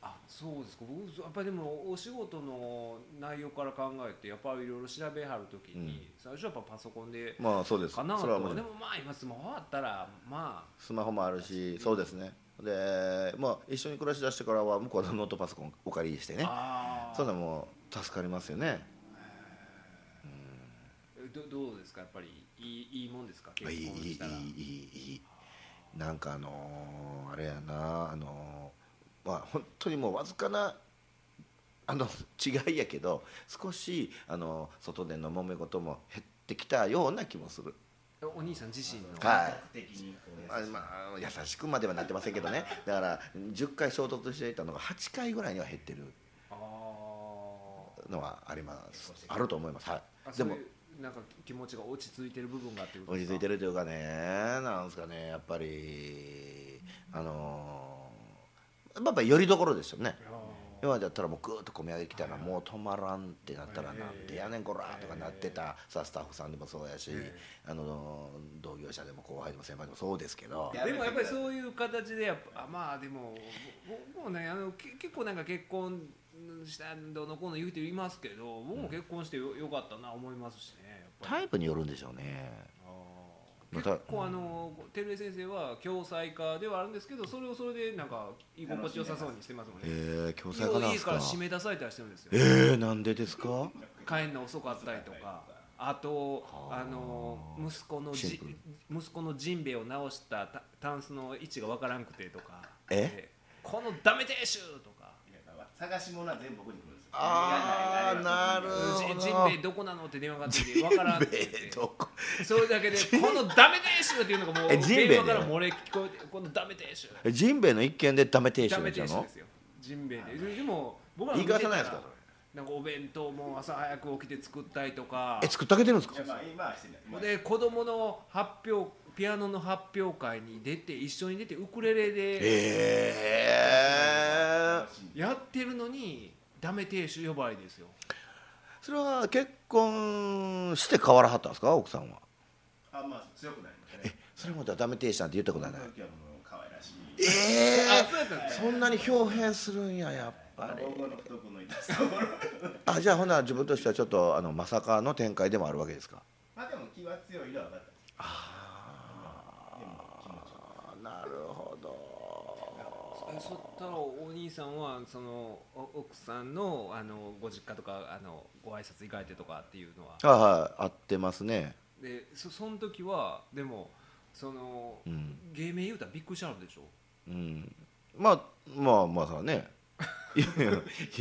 S1: あそうですか僕やっぱりでもお仕事の内容から考えてやっぱりいろいろ調べはるときに、最初はやっぱパソコンで
S2: まあそうです
S1: かな
S2: そ
S1: と
S2: れ
S1: で
S2: はもちろ
S1: も
S2: ん
S1: まあ今スマホあったらまあ
S2: スマホもあるしそうですねでまあ一緒に暮らしだしてからは向こうのノートパソコンお借りしてね
S1: あ
S2: そんなもう助かりますよね
S1: ーどどうですかやっぱりいいいいもんですか
S2: いい
S1: 結
S2: いいいい
S1: 婚したら
S2: いいいいなんかあのーあれやなあのーまあ本当にもうわずかなあの違いやけど少しあの外での揉め事も減ってきたような気もする
S1: お兄さん自身の
S2: はい
S3: 比較的にこう
S2: あまあ、優しくまではなってませんけどねだから10回衝突していたのが8回ぐらいには減ってる
S1: あー
S2: のはありますあると思います、は
S1: あ
S2: い、で
S1: そう
S2: も
S1: いうなんか気持ちが落ち着いてる部分があってこと
S2: 落
S1: で
S2: ち
S1: すか
S2: 着いてるというかねなんですかねやっぱりあのーやっぱりよりどころですよね
S1: あ
S2: 今までだったらもうグーッと込み上げてきたらもう止まらんってなったらなんでやねんこらーとかなってたさスタッフさんでもそうやしあのー同業者でも後輩でも先輩でもそうですけど
S1: ーでもやっぱりそういう形でやっぱあまあでも僕もねあのけ結構なんか結婚したどうのこうの言う人いますけど僕も結婚してよよかったな思いますしねやっぱり
S2: タイプによるんでしょうね
S1: あー
S2: また
S1: 結構あの照江先生は共済化ではあるんですけどそれをそれでなんか居心地よさそうにしてますもん
S2: え
S1: ね
S2: ー、共済
S1: 家
S2: か
S1: を
S2: なん
S1: 家
S2: です
S1: か
S2: から
S1: 締め出されたりしてるんですよ
S2: えー、なんでですか
S1: 帰んの遅かったりとかあと
S2: はあ
S1: あの息子の
S2: シン
S1: じ
S2: プル
S1: 息子のジンベエを直したたタンスの位置がわからんくてとか
S2: え
S1: でこのダメ亭主とか
S3: 探し物は全部僕に来るんですよ
S2: あーなるほど
S1: ジジンベエどこなのって電話があってきてわからんって言っ
S2: え
S1: て
S2: ーどこ
S1: それだけでこのダメ亭主っていうのがもう
S2: えジンベエで
S1: 電話から漏れ聞こえてこのダメ亭主
S2: えジンベエの一件でダメ亭主
S1: ダ
S2: に
S1: メ
S2: なっちゃ
S1: 亭
S2: う
S1: 主
S2: の
S1: ですよジンベエでででも僕ら
S2: 言い返さないん
S1: 見て
S2: です
S1: た
S2: か
S1: な
S2: ら
S1: んかお弁当も朝早く起きて作ったりとか
S2: え作ってあげてるんです
S3: いや
S2: か
S3: まあ今はしてないまあ
S1: で子供の発表ピアノの発表会に出て一緒に出てウクレレで
S2: ええ
S3: 楽しんで
S1: やってるのにダメ亭主呼ばわりですよ
S2: それは結婚して変わらはったんですか奥さんは
S3: あまあ強くなりましたね
S2: それもじゃあダメ亭主なんて言ったことはない
S3: この時はもう可愛らしい
S2: え
S1: あそうやったんで
S2: え
S1: す
S2: そんなに表変するんややっぱり
S3: 僕の不徳のいたところ
S2: あじゃあほな自分としてはちょっとあのまさかの展開でもあるわけですか
S3: まあでも気は強いのは分かったです
S2: ああなるほど
S1: えそったらお兄さんはそのお奥さんのあのご実家とかあのご挨拶行かれてとかっていうのは
S2: はいはい合ってますね
S1: でそその時はでもその、
S2: うん
S1: 芸名言うたらびっくりしちゃうでしょ
S2: うんまあまあまあさねいやいやい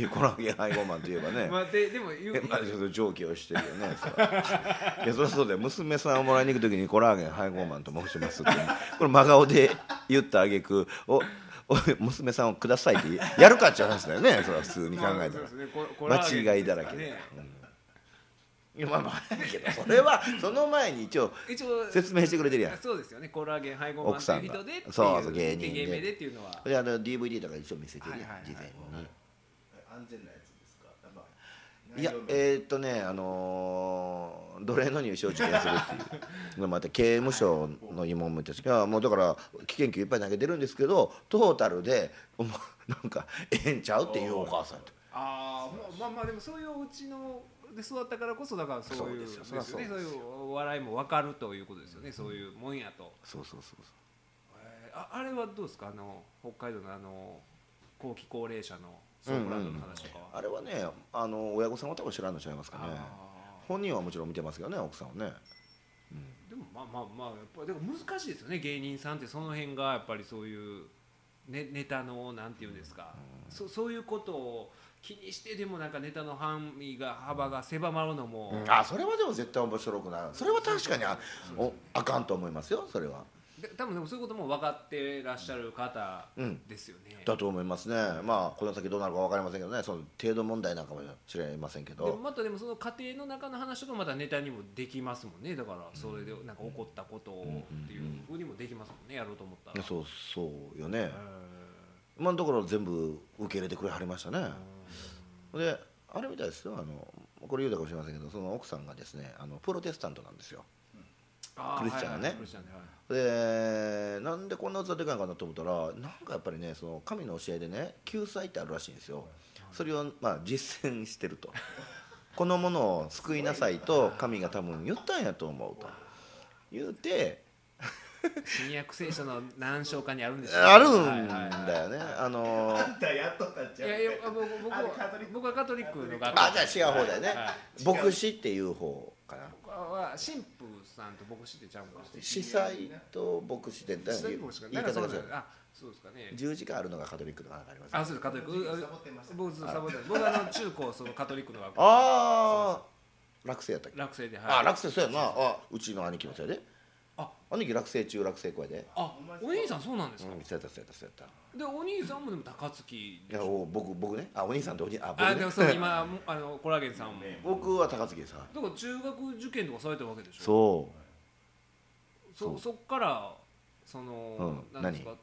S2: やコラーゲン配合マンといえばね
S1: まあ、ででも言う
S2: えまあ、ちょっと上記をしてるよねそれ はいやそりゃそうだよ娘さんをもらいに行く時にコラーゲン配合マンと申しますってこれ真顔で言った挙句おお娘さんをくださいってやるかっていう話だよねそれは普通に考えたら間違いだらけだよ、うんいやまあまあだけどそれはその前に一応
S1: 一応
S2: 説明してくれてるやん
S1: そうですよねコラーゲン配合マンっていう人でってい
S2: 奥さんがそうそう芸人で
S1: で芸名でっていうのは
S2: であの DVD とか一応見せてるや
S1: はい
S2: ん
S1: はいはい
S2: 事前に。
S3: 安全なやつですかまあ
S2: いや
S3: 内容面
S2: えーっとねあのー奴隷の入手を受験するっていうのもあって刑務所の慰問もたしがもうだから危険球いっぱい投げてるんですけどトータルでもうなんかええんちゃうっていうお母さんと
S1: ああもうまあまあでもそういううちので育ったからこそだからそういう
S2: そうですよ
S1: ね
S2: そりゃそ
S1: そうう
S2: ですよ
S1: いうお笑いも分かるということですよね、そういうもんやと、
S2: そうそうそうそ
S1: えーああれはどうですかあの北海道のあの後期高齢者のソ
S2: う
S1: ー
S2: んうん
S1: プランドの話とかは、
S2: うあれはねあの親御さんは多分知らんのちゃいますかね
S1: あ
S2: 本人はもちろん見てますけどね奥さんはね
S1: ーでもまあまあまあやっぱでも難しいですよね芸人さんってその辺がやっぱりそういう、ね、ネタのなんていうんですか、そそういうことを気にしてでもなんかネタの範囲が幅が狭まるのも、
S2: あそれはでも絶対面白くないそれは確かにあおあかんと思いますよそれは。
S1: で多分でもそういうことも分かってらっしゃる方
S2: うん
S1: ですよね、
S2: だと思いますね、まあ、この先どうなるか分かりませんけどね、その程度問題なんかも知れませんけ
S1: でも
S2: ど、
S1: またでもその家庭の中の話とかまたネタにもできますもんねだからそれでなんか起こったことをっていうふうにもできますもんねやろうと思ったら
S2: そうそうよね
S1: う、ん
S2: まあ、だから全部受け入れてくれはりましたね。であれみたいですよあのこれ言うたかもしれませんけどその奥さんがですねあのプロテスタントなんですよ
S1: あー
S2: クリスチャンが
S1: はい
S2: ね
S1: はいクリスチャンねはい
S2: でなんでこんな歌でかいのかなと思ったらなんかやっぱりねその神の教えでね救済ってあるらしいんですよそれをまあ実践してるとこのものを救いなさいと神が多分言ったんやと思うと言うて
S1: 新約聖書の何章かにあるんです
S2: あるん
S1: はい
S2: だよね。あの
S3: あんたやっとったんちゃう
S1: いやいや僕僕
S3: あれカトリッ
S1: は
S3: ク
S1: 僕はカトリックの学校
S2: あじゃあ違う方だよね
S1: はい。
S2: 牧師っていう方かな。
S1: 僕は神父さんと牧師ってちゃうんか
S2: 司祭と牧師って
S1: 司祭
S2: 言
S1: と牧師か
S2: い
S1: なん
S2: 方
S1: かそ
S2: が
S1: うですあそうですかね
S2: 十字架あるのがカトリックとかなんかあります。
S1: あ、そうです、カトリック。
S3: サボってました
S1: あ僕、サボってます僕、あの、中高、そのカトリックの学校。
S2: ああ、落成やったっけ。
S1: 落成で、
S2: あ、
S1: はい。
S2: 落成そうやな。あ、うちの兄貴もそうやで。
S1: あ
S2: 兄貴落成中落成後やで。
S1: あ、お兄さん、そうなんです
S2: う
S1: か。
S2: ん、そうやったそうやったそうやっ
S1: で、お兄さんも、でも、高槻
S2: た。い。や、お僕僕ね。あ、お兄さんとおじあ
S1: あ、
S2: 僕
S1: で
S2: ね
S1: も、。そう、今、あの、コラーゲンさんも。
S2: 僕は高槻でさ。
S1: だから、中学受験とかされてるわけでしょそ、
S2: そ
S1: そっから。その、
S2: うん
S1: なんですか。
S2: う。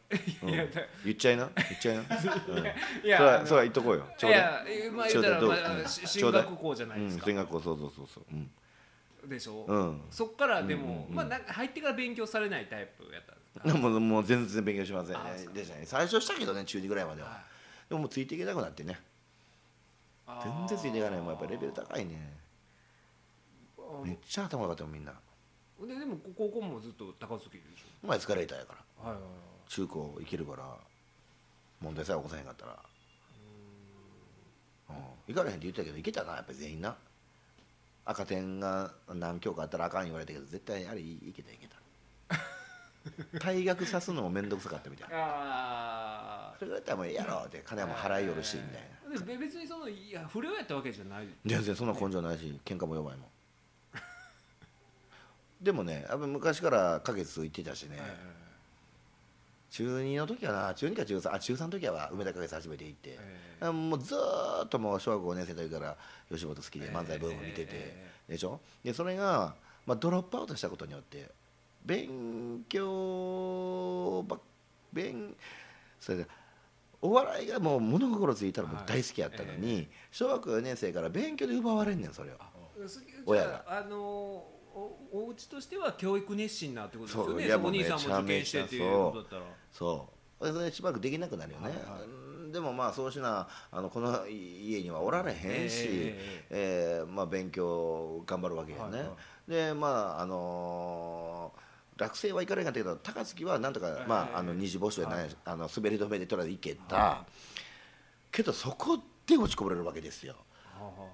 S2: う
S1: い
S2: ん
S1: や、だ
S2: 言っちゃいな。言っちゃいな。うん
S1: い
S2: それ
S1: や、あ
S2: は
S1: の
S2: それは言っとこうよ。ちょう
S1: い
S2: だい。
S1: や、えまあ、
S2: ちょ
S1: 言
S2: う
S1: った
S2: だい
S1: ら、
S2: どう
S1: ま
S2: うん
S1: あ、し
S2: ちょ
S1: 進
S2: うだい
S1: 学校じゃな
S2: う
S1: いで
S2: ん、
S1: すか
S2: 進。学校そうそうそうそう。うん。
S1: でしょ
S2: うん
S1: そっから、でも
S2: う、んうん
S1: まあ、なんか入ってから勉強されないタイプやったんですか。
S2: でももう全然勉強しませんね
S1: あそう
S2: でしたね最初したけどね中2ぐらいまでは、
S1: はい
S2: でももうついていけなくなってね
S1: あー
S2: 全然ついていかないもうやっぱりレベル高いねめっちゃ頭良かったもんみんな
S1: ででも高校もずっと高槻でし
S2: お前疲れたやから
S1: ょはいはい
S2: 中高生きるから問題さえ起こさへんかったらうん行かれへんって言ったけど行けたなやっぱり全員な赤点が何教科あったらあかん言われたけど絶対あれ行けた行 けた退学さすのも面倒くさかったみたいな
S1: あ
S2: それぐらいだったらもうええやろって金はもう払いよるしみたいな
S1: あで別にそのいや不良やったわけじゃない
S2: 全然そんな根性ないし喧嘩も弱いもん でもねやっぱ昔から花月行ってたしね、中2の時はな中2か中3あ中3の時は梅田花月初めて行って、あもうずーっともう小学校5年生の時から吉本好きで漫才ブーム見てて、
S1: え
S2: でしょでそれが、まあ、ドロップアウトしたことによって勉強ばっ勉それでお笑いがもう物心ついたら僕大好きやったのに、小学校4年生から勉強で奪われんねんそれを親
S1: 親
S2: が
S1: があのおお家としては教育熱心なってことですよ
S2: そう
S1: ね
S2: いや
S1: そのお兄さん
S2: もう
S1: も受
S2: め
S1: 験
S2: ち
S1: して
S2: ゃめちゃ
S1: っていうことだったら
S2: そうでそれしばらくできなくなるよね、うんでもまあそうしなあのこの家にはおられへんし、
S1: え
S2: えーまあ、勉強頑張るわけやね、
S1: はいは
S2: でまああのー学生は行かれなかったけど高槻はなんと
S1: は
S2: か
S1: い、
S2: まあ、あの二次募集で、
S1: は
S2: ないあの滑り止めでとりあえず行けたけどそこで落ちこぼれるわけですよ。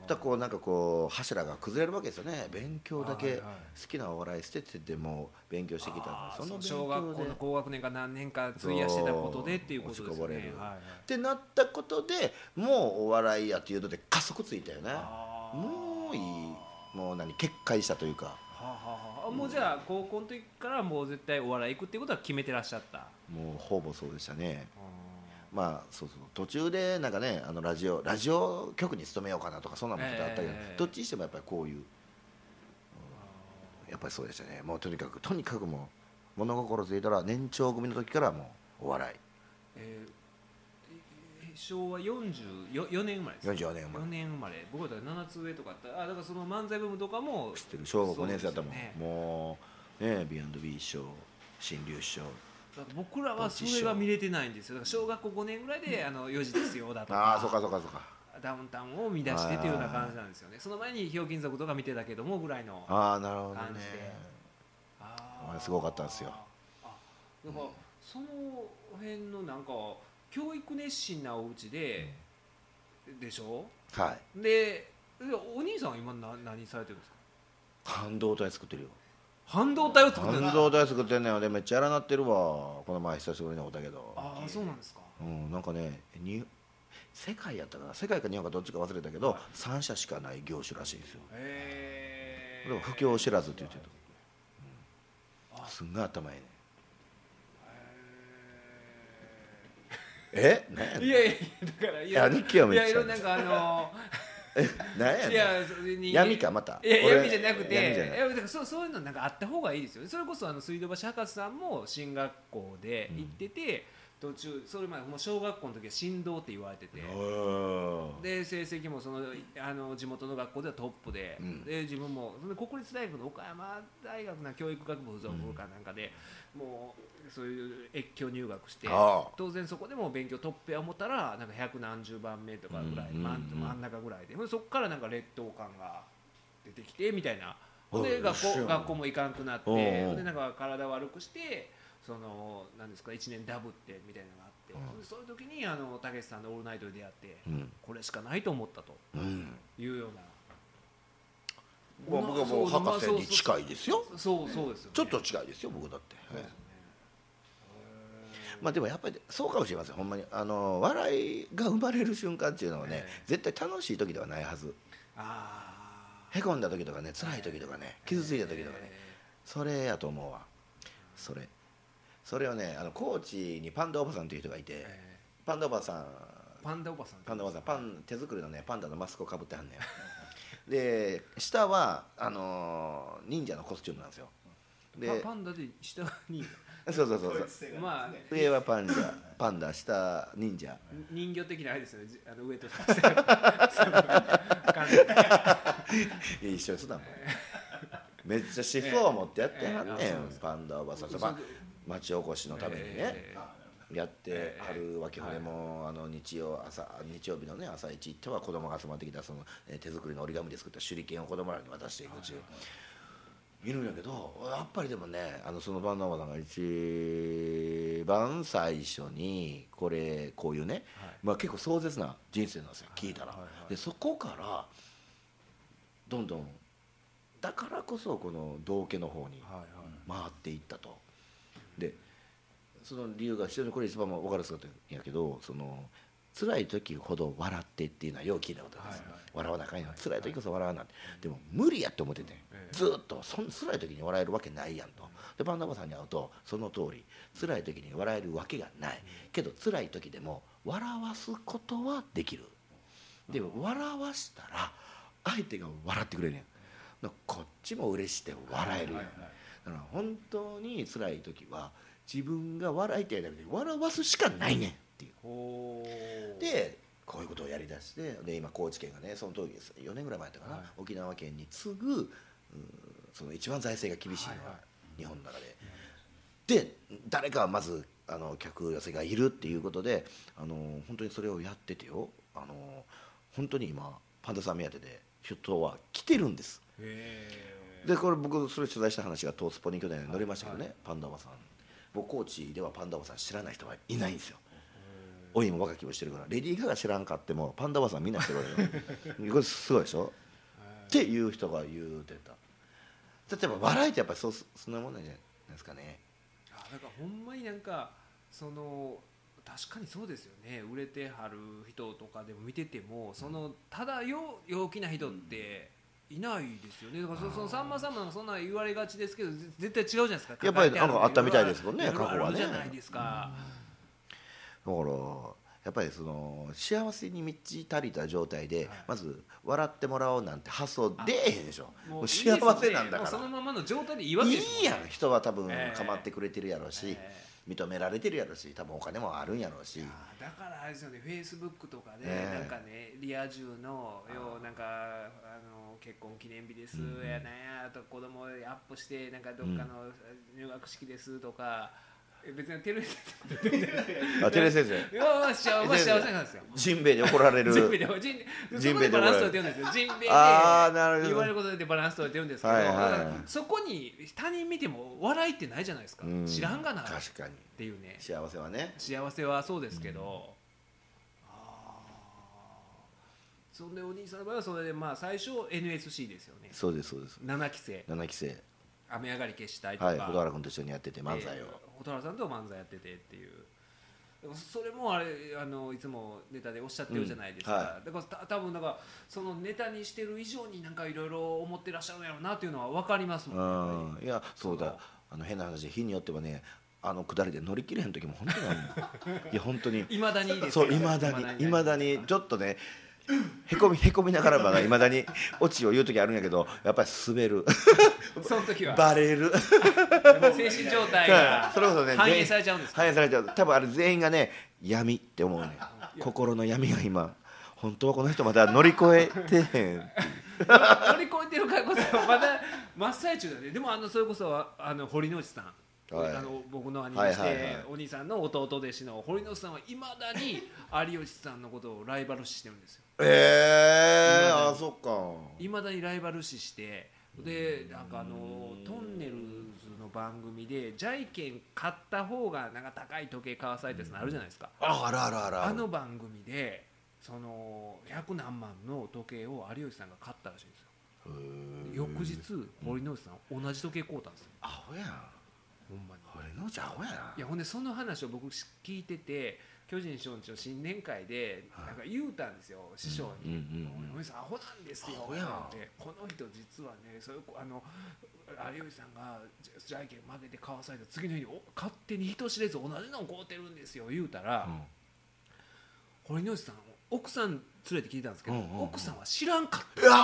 S2: だからこうなんかこう柱が崩れるわけですよね勉強だ
S1: はい
S2: け
S1: はい
S2: 好きなお笑い捨ててでも勉強してきたのに
S1: あーその
S2: 勉
S1: 小学校
S2: 強で
S1: の高学年が何年か費やしてたことでっていうことですよ
S2: そう落ちこぼれ
S1: ね
S2: る
S1: はいはい
S2: ってなったことでもうお笑いやっていうので加速ついたよね
S1: あー
S2: もういいもう何決壊したというか
S1: はあはあはあもうじゃあ高校の時からもう絶対お笑い行くっていうことは決めてらっしゃった
S2: もうほぼそうでしたねまあそうそう途中でなんかねあのラジオラジオ局に勤めようかなとかそんなのもちょっとあったけど、
S1: ええ
S2: どっちにしてもやっぱりこういう、やっぱりそうでしたねもうとにかくとにかくもう物心ついたら年長組の時からもうお笑
S1: えーえ昭和44年生まれです
S2: い44年生まれ
S1: 4年生まれ僕だったら7つ上とかあったあだからその漫才ブームとかも
S2: 知ってる小学5年生だったもん、
S1: そうですよね
S2: もうね B&B 賞新流賞
S1: だから僕らはそれが見れてないんですよだから小学校5年ぐらいで「あの4時ですよ」だと
S2: あ
S1: か
S2: あそうかそうかそうか
S1: ダウンタウンを見出してというような感じなんですよねその前に「ひょうきん族」とか見てたけどもぐらいの
S2: ああなるほどね
S1: 感じであ
S2: あ
S1: ー
S2: れすごかったんですよ
S1: あだからその辺のなんか教育熱心なお家で、でしょ
S2: はい
S1: ででお兄さんは今な何されてるんですか
S2: 半導体作ってるよ
S1: 半導体を作っ
S2: 半
S1: てるんですか
S2: 導体作ってんねんでめっちゃやらなってるわこの前久しぶりに会ったけど
S1: ああそうなんですか
S2: うん、なんかねに世界やったかな世界か日本かどっちか忘れたけど、三3社しかない業種らしいんですよ
S1: へえ
S2: でも不況知らずって言ってると、うんすんごい頭いいねえなん
S1: い
S2: や
S1: やいやだからいや
S2: いや日記はめっちゃ
S1: いやいろんななんかあ の
S2: ねんなん
S1: い
S2: やね
S1: やそれに
S2: 闇かまた
S1: いや
S2: 俺
S1: 闇じゃなくて
S2: 闇じゃない
S1: いやだからそうそういうのなんかあった方がいいですよねそれこそあの水道橋博士さんも進学校で行ってて、途中それまでもう小学校の時は振動って言われてて
S2: んおー
S1: で成績もそのあの地元の学校ではトップで,、
S2: うん
S1: で自分もそれで国立大学の岡山大学な教育学部附属かなんかで、もうそういう越境入学して
S2: ああ
S1: 当然そこでも勉強トップや思ったらなんか百何十番目とかぐらい、
S2: うんうんうん
S1: まん真ん中ぐらいでほんでそこからなんか劣等感が出てきてみたいなほん
S2: お
S1: で
S2: う
S1: 学
S2: 知ら
S1: 校
S2: ん
S1: 学校も行かんくなって
S2: おうおう
S1: ほんでなんか体悪くしてそのなんですか1年ダブってみたいなのがあって、ほんでそういう時にあのたけしさんの「オールナイト」で出会って。
S2: うん
S1: これしかないと思ったと
S2: うん
S1: いうような、
S2: まあ僕はもう博士に近いですよ
S1: そうそうですよね、
S2: ちょっと近いですよ僕だって、はいまあでもやっぱりそうかもしれませんほんまにあの笑いが生まれる瞬間っていうのはね、
S1: ええ
S2: 絶対楽しい時ではないはず
S1: あ
S2: へこんだ時とかね辛い時とかね傷ついた時とかね、それやと思うわそれそれをねあの高知にパンダおばさんという人がいて、
S1: え
S2: パンダおばさん
S1: ーパンダおばさん
S2: パンダおばさんパン手作りのねパンダのマスクをかぶって はんねんで下はあのー忍者のコスチュームなんですよで
S1: パパンダで下 に
S2: そうそうそう
S3: 統
S2: そ
S3: 一
S2: う
S3: 性が
S1: まあ
S3: ありますね
S2: 上はパンダパンダ下忍者
S1: 人形的なあれですよねじあの上と下そう感じ
S2: いや一緒にすなもんめっちゃシフを持ってやってはんねん、
S1: ええあそう なんです
S2: パンダおばさん
S1: そ
S2: と、
S1: う
S2: ま
S1: そうそう
S2: 町おこし のためにね、
S1: えー
S2: やって
S1: え
S2: あるわけよ、
S1: はい
S2: でもあの日曜朝日曜日のね朝一行っては子供が集まってきたその、えー手作りの折り紙で作った手裏剣を子供らに渡していくうち、いるんやけどやっぱりでもねあのそのバンダマさんが一番最初にこれこういうね、
S1: はい
S2: まあ、結構壮絶な人生なんですよ聞いたら、
S1: はいはい
S2: でそこからどんどんだからこそこの道家の方に
S1: はいはい
S2: 回っていったとでその理由が非常にこれ一番分かりやすかったんやけどその辛い時ほど笑ってっていうのはよう聞いたことあるんですよ、
S1: はいはい
S2: 笑わなあかんよ辛い時こそ笑わなって、でも無理やって思ってて、
S1: ええ
S2: ずーっとそん辛い時に笑えるわけないやんとでパンダマさんに会うとその通り辛い時に笑えるわけがないけど辛い時でも笑わすことはできるで笑わしたら相手が笑ってくれるやんだからこっちも嬉しくて笑えるやん、
S3: はいはい
S2: だから本当に辛い時は自分が笑いたいだけで笑わすしかないねんっていう
S1: ほー
S2: でこういうことをやりだしてで今高知県がねその時です4年ぐらい前だったかな、
S1: はい
S2: 沖縄県に次ぐうんその一番財政が厳しいの
S1: は
S2: は、
S1: いは
S2: 日本の中で、で誰かはまずあの客寄せがいるっていうことであの本当にそれをやっててよあの本当に今パンダさん目当てで人は来てるんです
S1: へー
S2: でこれ僕それ取材した話がトースポに去年乗りましたけどね、パンダおばさん僕高知ではパンダおばさん知らない人はいないんですよ老いも若きもしてるからレディー・ガガ知らんかってもパンダおばさんみんなしてるからよこれすごいでしょっていう人が言うてた例えば笑いってやっぱりそうそんなもんなんじゃないですかね
S1: あだからほんまになんかその確かにそうですよね売れてはる人とかでも見ててもそのただよ陽気な人っていないですよねだからそそのさんまさんもなんかそんな言われがちですけどぜ絶対違うじゃないですか
S2: やっぱりなんかあったみたいですもんね
S1: いろいろある
S2: 過去はね
S1: じゃないですか、
S2: だからやっぱりその幸せに満ち足りた状態で、
S1: はい
S2: まず笑ってもらおうなんて発想出えへんでしょも
S1: も
S2: う
S1: ういいです
S2: 幸
S1: よね
S2: せなんだ
S1: もう
S2: か
S1: その
S2: ら
S1: ままの状態でいいわけですもん
S2: いいやん人は多分
S1: ええ
S2: 構ってくれてるやろうし、
S1: ええ
S2: 認められてるやろうし多分お金もあるんやろうし
S1: あーだからあれですよね、フェイスブックとかで、
S2: ねえ
S1: なんかね、リア充の、ようなんか、あの結婚記念日です、やなんやと、子供アップして、なんかどっかの入学式ですとか、え別にテレビ
S2: あテレ先生
S1: で、うわうわ幸せ、幸せなんですよ。
S2: ジンベエで怒られる
S1: ジンベエで、ジン
S2: ジ
S1: ジ
S2: ン
S1: ンベ
S2: ベエ
S1: エで
S2: で怒
S1: バラ
S2: ら
S1: ン
S2: れ
S1: ス
S2: る
S1: 取れてるんですよ。ジンベエで
S2: あーなるほど
S1: 言われることでバランス取れてるんですけど、
S2: はいはいはい
S1: だからそこに他人見ても笑いってないじゃないですか
S2: う。ん
S1: 知らんがなっ
S2: 確かに
S1: ていうね。
S2: 幸せはね
S1: 幸せはそうですけど、あーそんでお兄さんの場合はそれでまあ最初 NSC ですよね
S2: そうですそうです
S1: 7期生
S2: 7期生
S1: 雨上がり決死隊とか、
S2: はい蛍原君と一緒にやってて漫才を
S1: で蛍原さんと漫才やっててっていうでもそれもあれあのいつもネタでおっしゃってるじゃないですか、
S2: うんは
S1: だからた多分なんかそのネタにしてる以上になんかいろいろ思ってらっしゃるんやろうなっていうのは分かりますもんねやっぱり
S2: うんいやそうだあの変な話日によってはねあの下りで乗り切れへん時も本当にある のいや本当に
S1: 未だにですよ
S2: そういまだにいまだに
S1: 未
S2: ちょっとねへこみへ こみながらばいまだにオチを言う時あるんやけどやっぱり滑る
S1: その時は
S2: バレる
S1: やっぱり精神状態
S2: は
S1: が
S2: い それこそね
S1: 反
S2: 全
S1: 映
S2: 員
S1: されちゃうんですか
S2: 反映されちゃう多分あれ全員がね闇って思うね心の闇が今本当はこの人まだ乗り越えてへん
S1: 乗り越えてるからこそ まだ真っ最中だねでもあのそれこそあの堀之内さん、
S2: はい
S1: あの僕の兄弟して、
S2: はいはいはい
S1: お兄さんの弟弟子の堀之内さんはいまだ に有吉さんのことをライバル視してるんですよ
S2: え
S1: 未
S2: え
S1: だに
S2: あそっか
S1: いまだにライバル視してでなんかあのトンネルズの番組でジャイケン買った方がなんか高い時計買わされたやつのあるじゃないですか、
S2: ああらあらあら
S1: あの番組でその100何万の時計を有吉さんが買ったらしいんですよ翌日堀之内さん同じ時計買うたんですよ
S2: アホやん
S1: ほんまに
S2: 俺のじゃアホやない
S1: やほんでその話を僕聞いてて巨人師匠の新年会でなんか言うたんですよ師匠に
S2: うんうんうん
S1: 「堀之内さんアホなんですよ
S2: ア」ホやん
S1: ってこの人実はねそういうあの有吉さんがジャジャイケン負けて買わされた次の日にお勝手に人知れず同じのを買うてるんですよ言うたら、堀之内さん奥さん連れて聞いたんですけど、
S2: うんうんうん
S1: 奥さんは知らんかった
S2: うわー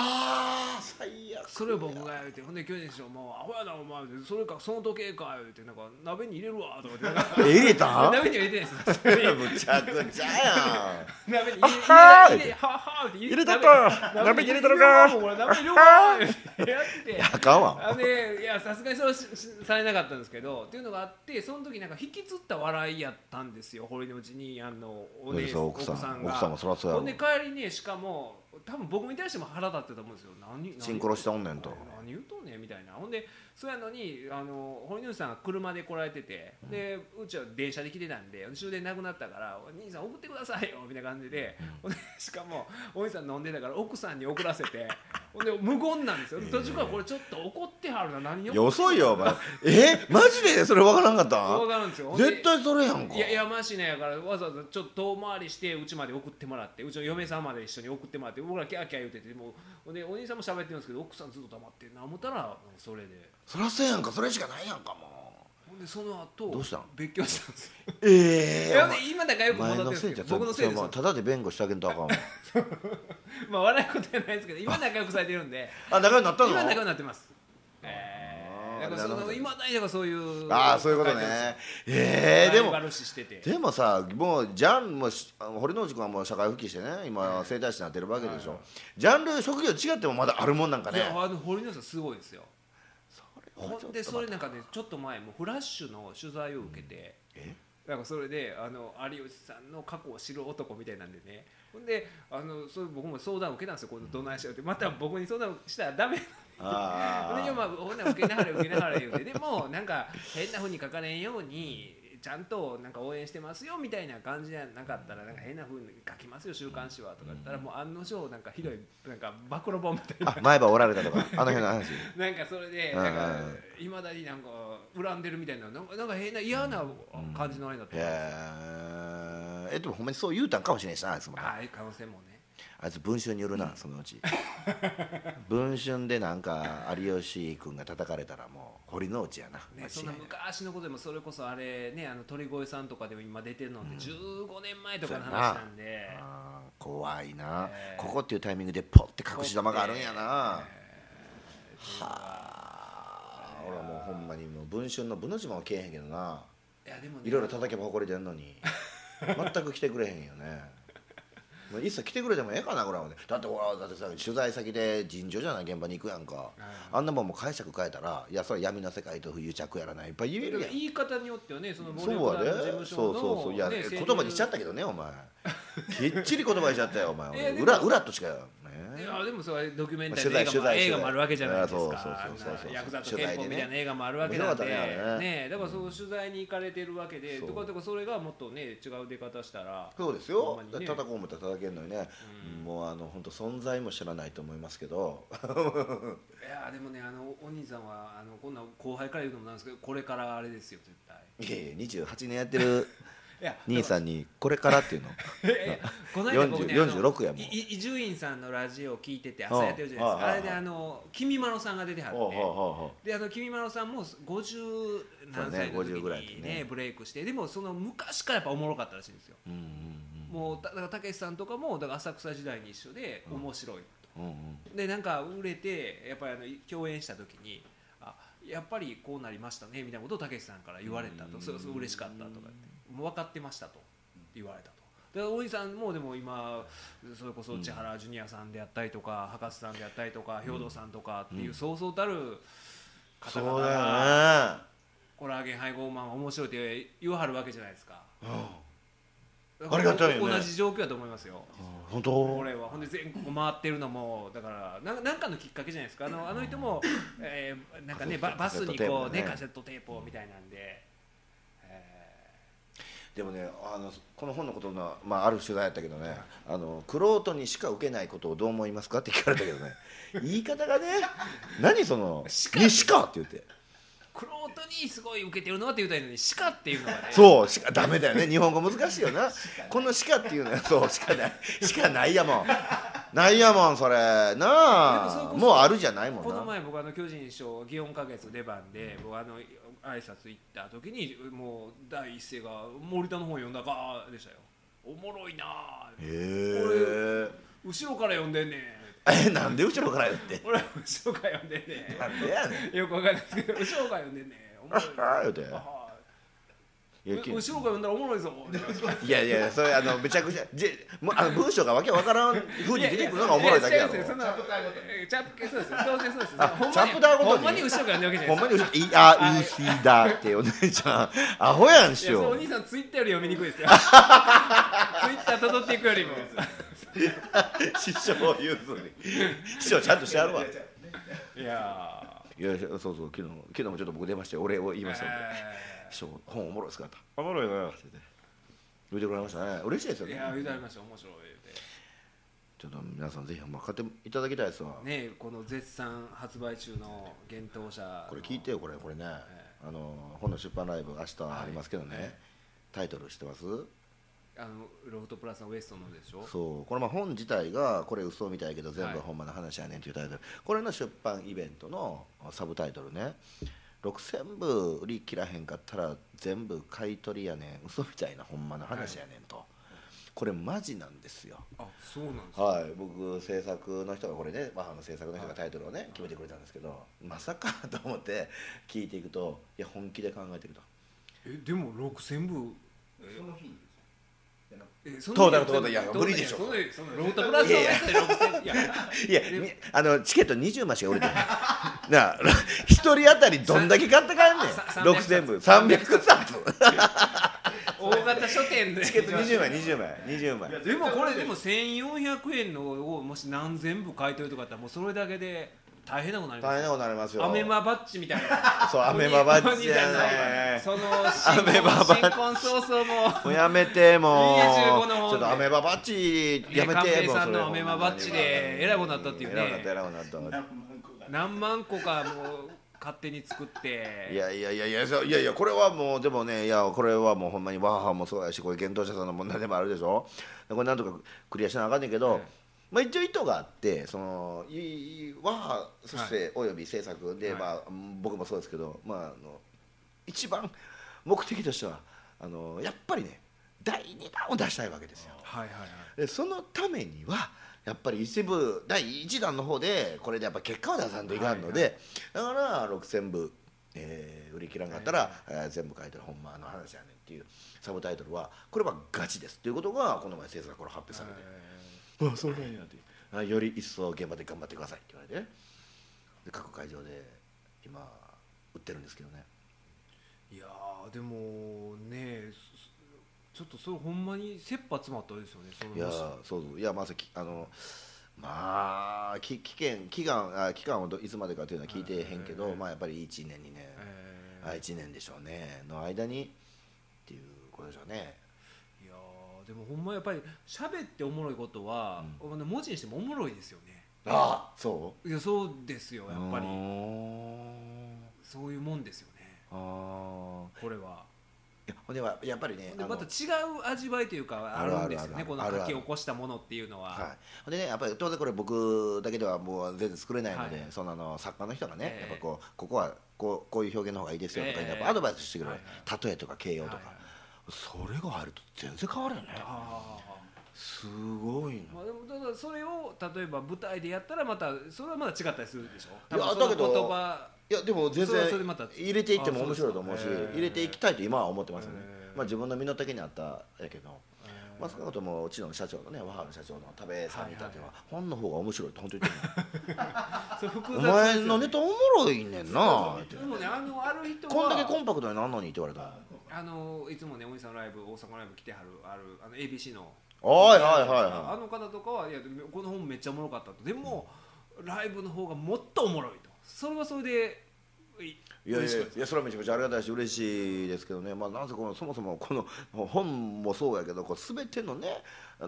S2: 最悪
S1: それを僕が言うてほんで巨人師匠もうアホやなお前」それかその時計か」言うて「なんか鍋に入れるわ」とか言ってなんか
S2: え入れ たん
S1: 鍋には入れてないです
S2: むちゃくちゃやん
S1: 鍋に入れ
S2: はーい
S1: 入れ入れははーって
S2: 入れたか鍋に入れたのか
S1: 鍋に入れたのか鍋に入れたのか鍋に入れたのかってやって
S2: あかんわ
S1: あのねいやさすがにそれはししされなかったんですけどっていうのがあってその時なんか引きつった笑いやったんですよ堀之内にあのお姉さん
S2: 奥さん
S1: が
S2: 奥さんもそらそうやろ
S1: ほんで帰りにしかも多分僕に対しても腹立ってたと思うんですよ何
S2: チンコロしておんねんと
S1: 何言うとんねんみたいなほんでそうやのにあの堀之内さんが車で来られててでうちは電車で来てたんで終電なくなったから「お兄さん送ってくださいよ」みたいな感じで、ほんでしかもお兄さん飲んでたから奥さんに送らせてほんで無言なんですよ途中からこれちょっと怒ってはるな何
S2: いや
S1: よ
S2: 遅いよお前えマジでそれ分からんか
S1: 分
S2: っ
S1: かるんですよ
S2: た
S1: ほんで
S2: 絶対それやんか
S1: いやいやましねやからわざわざちょっと遠回りしてうちまで送ってもらってうちの嫁さんまで一緒に送ってもらって僕らキャーキャー言うててもうほんでお兄さんも喋ってるんですけど奥さんずっと黙ってんな思ったらもうそれで
S2: そらそうやんかそれしかないやんかも
S1: ほんでその後
S2: どうしたん
S1: 別居したんですよ
S2: うえ
S1: い
S2: え
S1: やほんで今仲良く戻ってるんですけど僕のせいですよ
S2: ただで弁護してあげんとあかんわ
S1: まあ笑いことじゃないですけど今仲良くされてるんで
S2: あ仲良くなったの
S1: 今仲良くなってますえ
S2: あー
S1: えだからそ
S2: なるほ
S1: の
S2: ど
S1: 今だにだからそういう
S2: ああそういうことねええでも
S1: ライバル視してて
S2: でもさもうジャンもしあの堀之内君はもう社会復帰してね今整体師になってるわけでしょ、ジャンル職業違ってもまだあるもんなんか
S1: い
S2: ね
S1: やあの堀之内さんすごいですよほんでそれ
S2: ね
S1: なんかねちょっと前もフラッシュの取材を受けて、
S2: え
S1: なんかそれであの有吉さんの過去を知る男みたいなんでねほんであのそれ僕も相談を受けたんですよこのどないしようってまた僕に相談したらダメ
S2: あ
S1: で
S2: ー
S1: まあほんなら受けなはれ受けなはれ言うてでもなんか変なふうに書かれんようにちゃんとなんか応援してますよみたいな感じじゃなかったらなんか変なふうに書きますよ週刊誌はとか言ったらもう案の定なんかひどいなんか暴露本みたいな
S2: あ前歯折られたとかあの辺の話
S1: なんかそれで
S2: うん
S1: なんかいまだになんか恨んでるみたいななんかなんか変な嫌な感じのあれだった、
S2: へーえでもほんまにそう言うたんかもしれないしなあいつもな
S1: ああいう可能性もね
S2: あいつ文春によるなその うち文春でなんか有吉君が叩かれたらもう堀之内やな間違
S1: ね、そ
S2: い
S1: ん
S2: な
S1: ない昔のことでもそれこそあれねあの鳥越さんとかでも今出てるのって15年前とかの
S2: そうやな
S1: 話なんで、
S2: あー怖いな、
S1: えー
S2: ここっていうタイミングでポッて隠し玉があるんやな、はあ俺はもうほんまにもう文春の文の字もけえへんけどない
S1: やでもね
S2: いろいろ叩けば誇れてんのに全く来てくれへんよねもういっそ来てくれてもええかなこれはねだってほらだってさ取材先で尋常じゃない現場に行くやんかあんなもんもう解釈変えたらいやそれは闇の世界と癒着やらないいっぱい言えるやん
S1: 言い方によってはねその暴
S2: そ
S1: 力
S2: う
S1: 団
S2: はね
S1: の事務
S2: そ
S1: 所
S2: う
S1: の
S2: そうそういや、
S1: ね
S2: 言葉にしちゃったけど ねお前きっちり言葉にしちゃったよお前
S1: いやでも
S2: 裏裏としかね
S1: いやでもそれドキュメンタリ
S2: 取材
S1: ーの映画も
S2: 取材
S1: 映画もあるわけじゃないですか
S2: あそうそうそうそう
S1: あんなヤクザと
S2: 取
S1: 憲
S2: 材で
S1: 法
S2: ね
S1: みたいな映画もあるわけなんで、
S2: 面白かったねあれね
S1: ねだからその取材に行かれてるわけで、
S2: そう
S1: とかとかそれがもっとね違う出方したら
S2: そうです
S1: ほん
S2: よ
S1: まにね
S2: 叩こう思ったら叩けるのにね、もうあの本当存在も知らないと思いますけど
S1: いやでもねあのお兄さんはあのこんな後輩から言うのもなんですけどこれからあれですよ絶対
S2: いやいや28年やっ てる
S1: いや
S2: 兄さんにこれか らっていうの
S1: ええこの間僕ねあの
S2: 40 46やもん
S1: いい伊集院さんのラジオを聞いてて朝やってるじゃないです
S2: うん
S1: か
S2: は
S1: あ
S2: いは
S1: れ
S2: い
S1: であの君まろさんが出てはって
S2: おうおうおうおう
S1: であの君まろさんも50何歳の時
S2: そうね50
S1: に
S2: ぐらい
S1: ね
S2: でね
S1: ブレイクしてでもその昔からやっぱおもろかったらしいんですよ
S2: うん
S1: もうただからたけしさんとかもだから浅草時代に一緒で面白い、
S2: うんうんうん
S1: でなんか売れてやっぱりあの共演した時にあやっぱりこうなりましたねみたいなことをたけしさんから言われたとそれすごい嬉しかったとか言ってもう分かってましたと言われたと。でおじさんもでも今それこそ千原ジュニアさんであったりとか、博士さんであったりとか兵頭さんとかっていうそうそうたる方々
S2: そうだ
S1: が
S2: よね
S1: コラーゲン配合マンは面白いって言わはるわけじゃないですか。
S2: ありがたいよね
S1: 同じ状況だと思いますよ。
S2: 本当
S1: これはほんで全国回ってるのもだからななんかのきっかけじゃないですかあのあの人も、えーなんかねババスにこうね
S2: カ
S1: カ
S2: セ
S1: セットテープをみたいなんで、え
S2: でもねあのこの本のことの、まあ、ある取材やったけどねあのクロートにしか受けないことをどう思いますかって聞かれたけど ね言い方がね何その「
S1: しか
S2: にしか」って言って
S1: ー、クロートにすごい受けてるのはって言うたらいいのに鹿っていうのがね
S2: そうしかダメだよね日本語難しいよなこの「しか」っていうのはそうしかないしかないやもんないやもんそれ
S1: でもそれ
S2: なあ
S1: こそ
S2: もうあるじゃないもん
S1: この
S2: な
S1: 前僕あの巨人師匠祇園花月出番で僕あの挨拶行った時にもう第一声が森田の本読んだかでしたよおもろいなあ
S2: へえ
S1: 後ろから読んでんねん
S2: えなんで後ろから言って
S1: 俺は後ろから読んでんねん
S2: なんでやねん
S1: よくわかんないですけど、後ろから読んでんね。おもろい
S2: あはは言うて
S1: あはいい
S2: や
S1: 後ろから読んだらおもろいぞ。
S2: いやいやそれあのめちゃくちゃじもうあの文章がわけわからん風に出てくるのがおもろいだけやろ
S1: いや違うんですよそんな
S3: チャプターごとに
S1: えチャプターそうです。当然そうです。
S2: あ
S1: ほんまに
S2: チャプターごとに
S1: ほんまに後ろから読んでるわけじゃ
S2: ほ
S1: ないですか。
S2: んまに後ろいあいひだってお姉ちゃんアホやん
S1: い
S2: し
S1: やそうお
S2: よ
S1: 兄さんツイッターより読みにくい ですよ。ツイッター辿っていくよりも。
S2: 師匠ゆずに師匠ちゃんとしてあるわ
S3: いやいやいや
S1: いや
S2: いやそうそう昨日昨日もちょっと僕出ましたよお礼を言い
S1: ー。
S2: ましたんで
S1: え
S2: 師匠本おもろいですかとおもろいなって言ってくれましたね嬉しいですよ
S1: ーい
S2: ね
S1: や言うたりました面白いで
S2: ちょっと皆さんぜひほんま買っていただきたいですわ
S1: ねこの絶賛発売中の幻冬舎
S2: これ聞いてよこれこれねあの本の出版ライブ明日ありますけどねタイトル知ってます
S1: あのロフトプラスのウエストのでしょ
S2: そうこれまあ本自体がこれ嘘みたいやけど全
S1: はい
S2: 部ほんまの話やねんっていうタイトル、これの出版イベントのサブタイトルね6000部売り切らへんかったら全部買い取りやねん嘘みたいなほんまの話やねんと、これマジなんですよ
S1: あそうなんですか
S2: はい僕制作の人がこれねバッハの制作の人がタイトルをね決めてくれたんですけどまさかと思って聞いていくといや本気で考えてると
S1: えでも6000部
S3: その日にじゃなく
S1: えそん
S2: トー
S1: な
S2: タルトータルいや無理でしょ
S1: そんなそんなロータプラスのやつで6000いや
S2: いやみあのチケット20枚しか売れてない なあ ろ一人当たりどんだけ買って帰んねん
S1: ささ
S2: 6000部300冊
S1: 大型書店で
S2: チケット20枚20枚20枚
S1: でもこれでも1400円のをもし何千部買い取るとかだったらもうそれだけで大変なことになります
S2: 大変
S1: よ
S2: なことになりますよ
S1: アメマバッチみたいな
S2: そう アメマバッジ
S1: みたい
S2: や
S1: な
S2: ね
S1: その
S2: アメ
S1: 新
S2: マバッ
S1: 婚
S2: ジ
S1: 新婚早々も
S2: もうやめても
S1: 25
S2: う
S1: の方で
S2: ちょっとアメマバッジやめ
S1: ね寛
S2: て
S1: 平
S2: もう
S1: さ
S2: そ
S1: ん
S2: れ
S1: のアメマバッジでえらいことになったっていうね
S2: 偉くなった偉くなった
S3: 何万個が
S1: 何万個かもう勝手に作って
S2: いやいやいやいやそういやいやこれはもうでもねいやこれはもうほんまにわははもそうやしこれ検討者さんの問題でもあるでしょこれなんとかクリアしなあかんねんけど、
S1: はい
S2: まあ、一応意図があってそのいいわはそしておよび制作で、
S1: はい
S2: まあ、うん僕もそうですけど、まあ、あの一番目的としてはあのやっぱりね第2弾を出したいわけですよ。
S1: はいはいはい
S2: でそのためにはやっぱり一部第1弾の方でこれでやっぱ結果を出さんといかんので、だから6000部、えー売り切らんかったら、えー全部書いてるほんまの話やねんっていうサブタイトルはこれはガチですということがこの前制作から発表されて、あそうなんやってあより一層現場で頑張ってくださいって言われてねで各会場で今売ってるんですけどね
S1: いやーでもねそちょっとそれほんまに切羽詰まったですよねその
S2: いや
S1: 話
S2: ーそうそういやまさきあのまあき期限期間あ期間をどいつまでかというのは聞いてへん
S1: はい
S2: けど、
S1: はいはい
S2: まあやっぱり1年2年、
S1: えー
S2: あ1年でしょうねの間にっていうことでしょうね
S1: いやーでもほんまやっぱり喋っておもろいことは、あの文字にしてもおもろいですよね
S2: ああそ
S1: いやそうですよ
S2: う
S1: やっぱ
S2: うー
S1: り
S2: ん
S1: そういうもんですよね
S2: あー
S1: これはい
S2: やほんではやっぱりね
S1: で
S2: あの
S1: また違う味わいというかあ
S2: ある
S1: る
S2: ある
S1: んですよ
S2: あ
S1: ね
S2: る
S1: この
S2: あるある
S1: 書き起こしたものっていうのは、
S2: はい、ほんでねやっぱり当然これ僕だけではもう全然作れないので、
S1: はい
S2: そのあの作家の人がね、
S1: ええ
S2: やっぱこうここはこうこういう表現の方がいいですよとか、
S1: ええ
S2: やっぱアドバイスしてくれる、
S1: はい
S2: 例えとか形容とか、
S1: はいはい
S2: それが入ると全然変わるよね
S1: あー
S2: すごい
S1: まあ、でもただそれを例えば舞台でやったらまたそれはまだ違ったりするでしょ多
S2: いや
S1: 分その
S2: だけど
S1: 言葉
S2: いやでも全
S1: それ
S2: 然
S1: はそれでまた
S2: 入れていっても面白いと思うし
S1: あそうですかへえ
S2: 入れていきたいと今は思ってますね
S1: へえ
S2: まあ自分の身の丈にあったやけど
S1: えー
S2: まあ少なくともうちの社長のね和原の社長の田部さんに至っては
S1: は
S2: 本の方が面白いって本当に 言ってる
S1: それ複雑
S2: お
S1: ですよね
S2: 前のネタおもろいねんなって
S1: でもねあのある人は
S2: こんだけコンパクトになんのにって言われたら
S1: あのいつもねおじさんのライブ大阪のライブ来てはるあるあの ABC の
S2: はいはい
S1: あ
S2: は
S1: の方とかはいやこの本めっちゃおもろかったとでも、ライブの方がもっとおもろいとそれはそれでい
S2: いいやい
S1: 嬉し
S2: や
S1: かった
S2: い
S1: です
S2: やそれはめちゃめちゃありがたいし嬉しいですけどねまあなんせこのそもそもこの本もそうやけどこう全てのね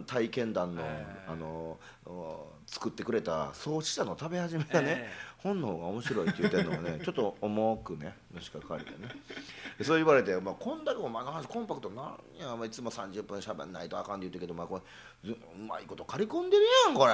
S2: 体験談の
S1: ええ
S2: あのお作ってくれた創始者の食べ始めがね、
S1: ええ
S2: 本の方が面白いって言ってるのが ねちょっと重くねのしか書いてねそう言われて、まあ、こんだけお前の話コンパクトなんや、まあ、いつも30分しゃべんないとあかんって言ってるけど、まあ、これずうまいこと刈り込んでるやんこれ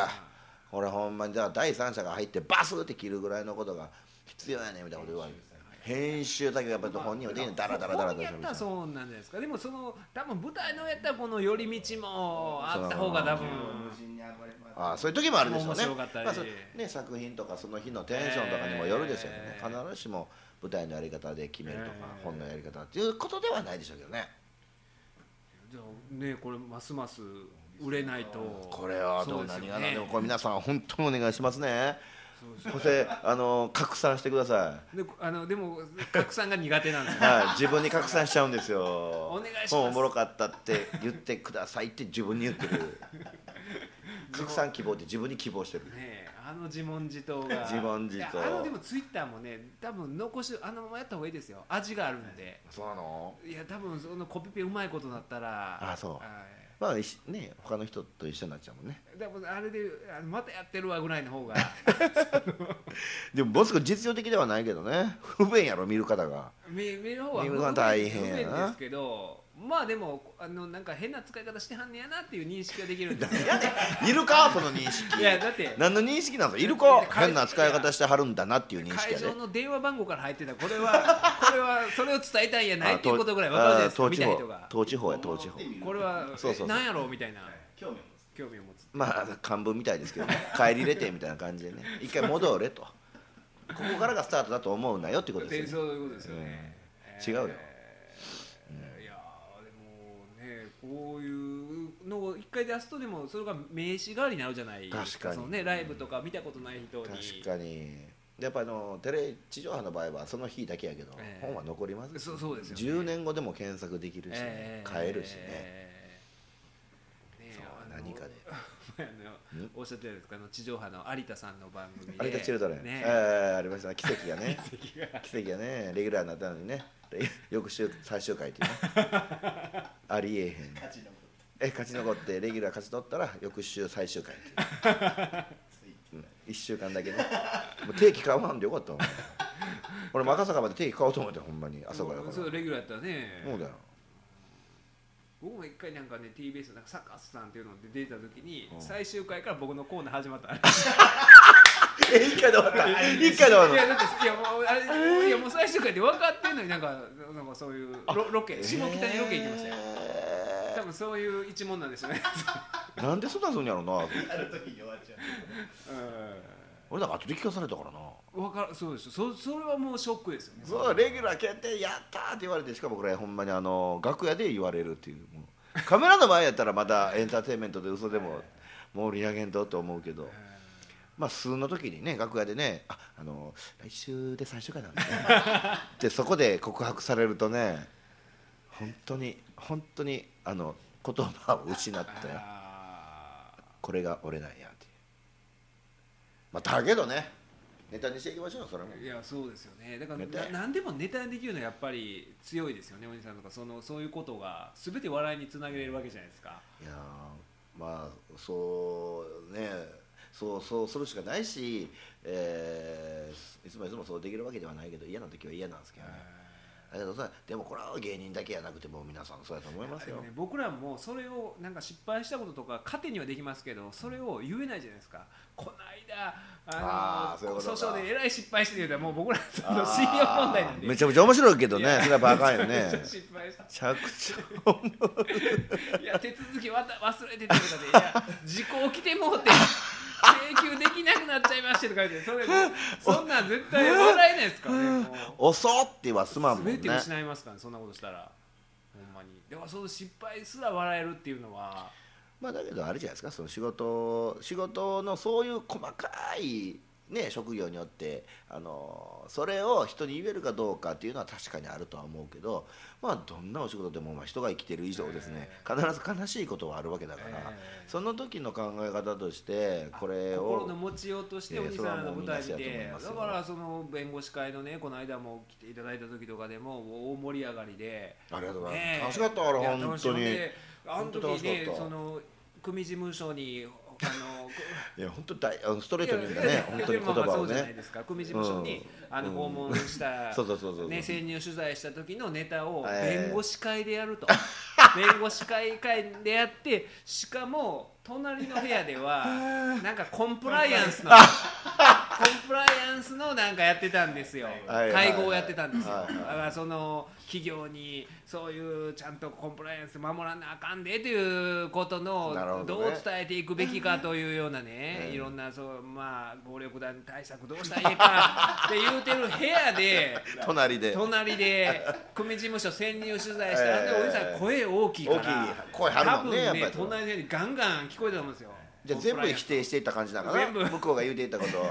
S2: これほんまにじゃあ第三者が入ってバスって切るぐらいのことが必要やねんみたいなこと言われて編集だけがやっぱり本人はできないダラダラダラ
S1: 本
S2: ダ
S1: や
S2: ラ
S1: ったらそうなんじゃないですかでもその多分舞台のやったらこの寄り道もあった方が多分
S3: 無人に暴れます
S2: ああそういう時もあるでしょうね
S1: 面白かったり
S2: まあそうね作品とかその日のテンションとかにもよるですよね、
S1: えー
S2: 必ずしも舞台のやり方で決めるとか、
S1: えー
S2: 本のやり方っていうことではないでしょうけどね
S1: じゃあねこれますます売れないと
S2: これはどう
S1: そ
S2: 何
S1: です
S2: が
S1: よ
S2: 何
S1: ね
S2: でもこれ皆さん本当にお願いしますね
S1: そうです
S2: そしてあの拡散してください
S1: であのでも拡散が苦手なんですよ
S2: はい、自分に拡散しちゃうんですよ。お
S1: 願いします
S2: おもろかったって言ってくださいって自分に言って る。拡散希望って自分に希望してる。
S1: ねえあの自問自答が
S2: 自問自答
S1: いやあのでもツイッターもね多分残しあのままやった方がいいですよ味があるんで、
S2: そうなの？
S1: い、や多分そのコピペうまいことだったら
S2: あそう
S1: は
S2: まあいしね他の人と一緒になっちゃうもんね。
S1: いでもあれであのまたやってるわぐらいの方 が
S2: でももうすぐ実用的ではないけどね不便やろ見る方が
S1: 見見る方は
S2: 見る方は大変やな
S1: 不便ですけどまあでもあのなんか変な使い方してはんねやなっていう認識ができるんです よ
S2: いるかその認
S1: い
S2: 識
S1: やだって
S2: 何の認識なんすかいるか
S1: 会
S2: 変な使い方してはるんだなっていう認
S1: 会
S2: 識やで
S1: 場の電話番号から入ってたこれはこれはそれを伝えたいんやないっていうことぐらい分かるじゃないです
S2: あ
S1: か
S2: ー
S1: 見
S2: 東
S1: た
S2: 地
S1: 人
S2: 方
S1: が
S2: 東地方や東地方
S1: これは
S2: そうそうそう
S1: えなんやろうみたいな
S3: 興味を持つ
S1: 興味を持つ
S2: まあ漢文みたいですけどね帰りれてみたいな感じでね一回戻れとここからがスタートだと思うなよってこと
S1: で
S2: ですよ
S1: そう
S2: ね
S1: いうことですよね、
S2: うん違うよ
S1: えーいやーでもねこういうのを一回出すとでもそれが名刺代わりになるじゃない
S2: 確かに
S1: その、ね、ライブとか見たことない人に
S2: 確かにやっぱあのテレ地上波の場合はその日だけやけど
S1: ええ
S2: 本は残ります
S1: そうそうですよね
S2: 10年後でも検索できるしね
S1: えー
S2: 買えるしね
S1: えーね
S2: そう
S1: あの
S2: 何かで
S1: 前あのおっしゃってたんですかあの地上波の有田さんの番組で
S2: 有田チルドレン、
S1: ね
S2: えーありました奇跡が ね奇跡がねレギュラーになったのにね翌週最終回っ ていうねありえへん
S3: 勝ち残っ
S2: え勝ち残ってレギュラー勝ち取ったら翌週最終回っていう
S3: たつい
S2: 1週間だけね もう定期買わんでよかったわ俺も赤坂まで定期買おうと思ってほんまに朝からやから
S1: そ
S2: そうう
S1: レギュラーやったらね、
S2: だよ
S1: 僕も一回なんかね TBS なんかサカスさんっていうので出た時に、
S2: うん
S1: 最終回から僕のコーナー始まった
S2: え1回で終わった1回で終わ
S1: い
S2: った
S1: やだっていやもうあれいやもう最終回って分かってんのになんかなんかそういうロロケ下北にロケ行きましたよ、多分そういう一問なんですよね、
S2: えーなんで育つんやろな
S3: ある時に終わっちゃう
S2: 俺なんか後で聞かされたからな
S1: うん、分かるそうですそそれはもうショックですよね
S2: そうレギュラー決定やったーって言われてしかもこれほんまにあの楽屋で言われるっていうもうカメラの前やったらまだエンターテインメントで嘘でも盛り上げんとと思うけどまあ数の時にね楽屋でねああの来週で最終回なんですねでそこで告白されるとね本当に本当にあの言葉を失ったよ
S1: あー
S2: これが俺なんやっていうまあだけどねネタにしていきましょうそれも
S1: いやそうですよねだか
S2: ネタ
S1: らな何でもネタにできるのはやっぱり強いですよねおじさんとかそのそういうことが全て笑いにつなげれるわけじゃないですか
S2: いやーまあそうねそうそうするしかないし、えーいつもいつもそうできるわけではないけど嫌な時は嫌なんですけどね、だけどさでもこれは芸人だけやなくてもう皆さんそうやと思います
S1: でも
S2: よ
S1: ね、僕らもそれをなんか失敗したこととか糧にはできますけどそれを言えないじゃないですかこの間
S2: あ
S1: あの
S2: ーそういうことか
S1: 訴訟でえらい失敗して言うたらもう僕らその
S2: あー
S1: 信用問題なんで
S2: めちゃめちゃ面白いけ ど
S1: い
S2: ね
S1: や
S2: それはバカよね
S1: めちゃめちゃ失敗した
S2: めちゃくちゃ
S1: いや手続きわた忘れてたとかでいや時効来てもうて請求できなくなっちゃいましてとか言ってそ れそんなん絶対笑えないですからねもう
S2: 遅ってはすまんもんね
S1: 全て失いますからねそんなことしたらほんまにでもその失敗すら笑えるっていうのは
S2: まあだけどあれじゃないですかその仕事仕事のそういう細かいね職業によってあのそれを人に言えるかどうかっていうのは確かにあるとは思うけどまあどんなお仕事でもまあ人が生きてる以上ですね必ず悲しいことはあるわけだから、
S1: えー
S2: その時の考え方としてこれ
S1: 心
S2: を
S1: の持ちようとして
S2: い
S1: お
S2: や
S1: 兄さんの舞台見
S2: それはもうみんなそうやと思い
S1: て
S2: ます
S1: だ
S2: よ
S1: からその弁護士会のねこの間も来ていただいた時とかでももう大盛り上がりで
S2: ありがとうござい
S1: ねえ
S2: ます、楽しかったあれ
S1: いや
S2: 本
S1: 楽し
S2: 当
S1: かっ
S2: に
S1: た
S2: い
S1: であの
S2: 本当楽
S1: 時
S2: し
S1: ね
S2: かった
S1: その組事務所にあの
S2: や本当大あのストレートに言うんだ
S1: いやい
S2: ね
S1: や
S2: 本当に言
S1: でもまあ
S2: 葉
S1: そ
S2: を
S1: うじゃない
S2: ね
S1: ですか組事務所にあの
S2: うん
S1: 訪問した
S2: そうそうそうそう
S1: ね、潜入取材した時のネタを
S2: えー
S1: 弁護士会でや ると、弁護士会会でやってしかも隣の部屋で はなんかコンプライアンスのコンプライアンスのなんかやってたんですよ、
S2: はいは
S1: 会
S2: い
S1: 合をやってたんですよ、
S2: はいはい
S1: だからその企業にそういうちゃんとコンプライアンス守らなあかんでということの
S2: なるほど
S1: ど
S2: ね
S1: う伝えていくべきかというようなね、
S2: うん
S1: いろんなそう、まあ、暴力団対策どうしたらいいか って言うてる部屋で。
S2: 隣で
S1: 隣で組事務所潜入取材して、
S2: ええ
S1: あのおじさん声大きいから
S2: 大きい声張るも
S1: 多
S2: んね
S1: 分
S2: やっぱり
S1: 隣の部屋にガンガン聞こえたと思うんですよ
S2: じゃあ全部否定していった感じなのか
S1: 全部
S2: な向こうが言うていったこと を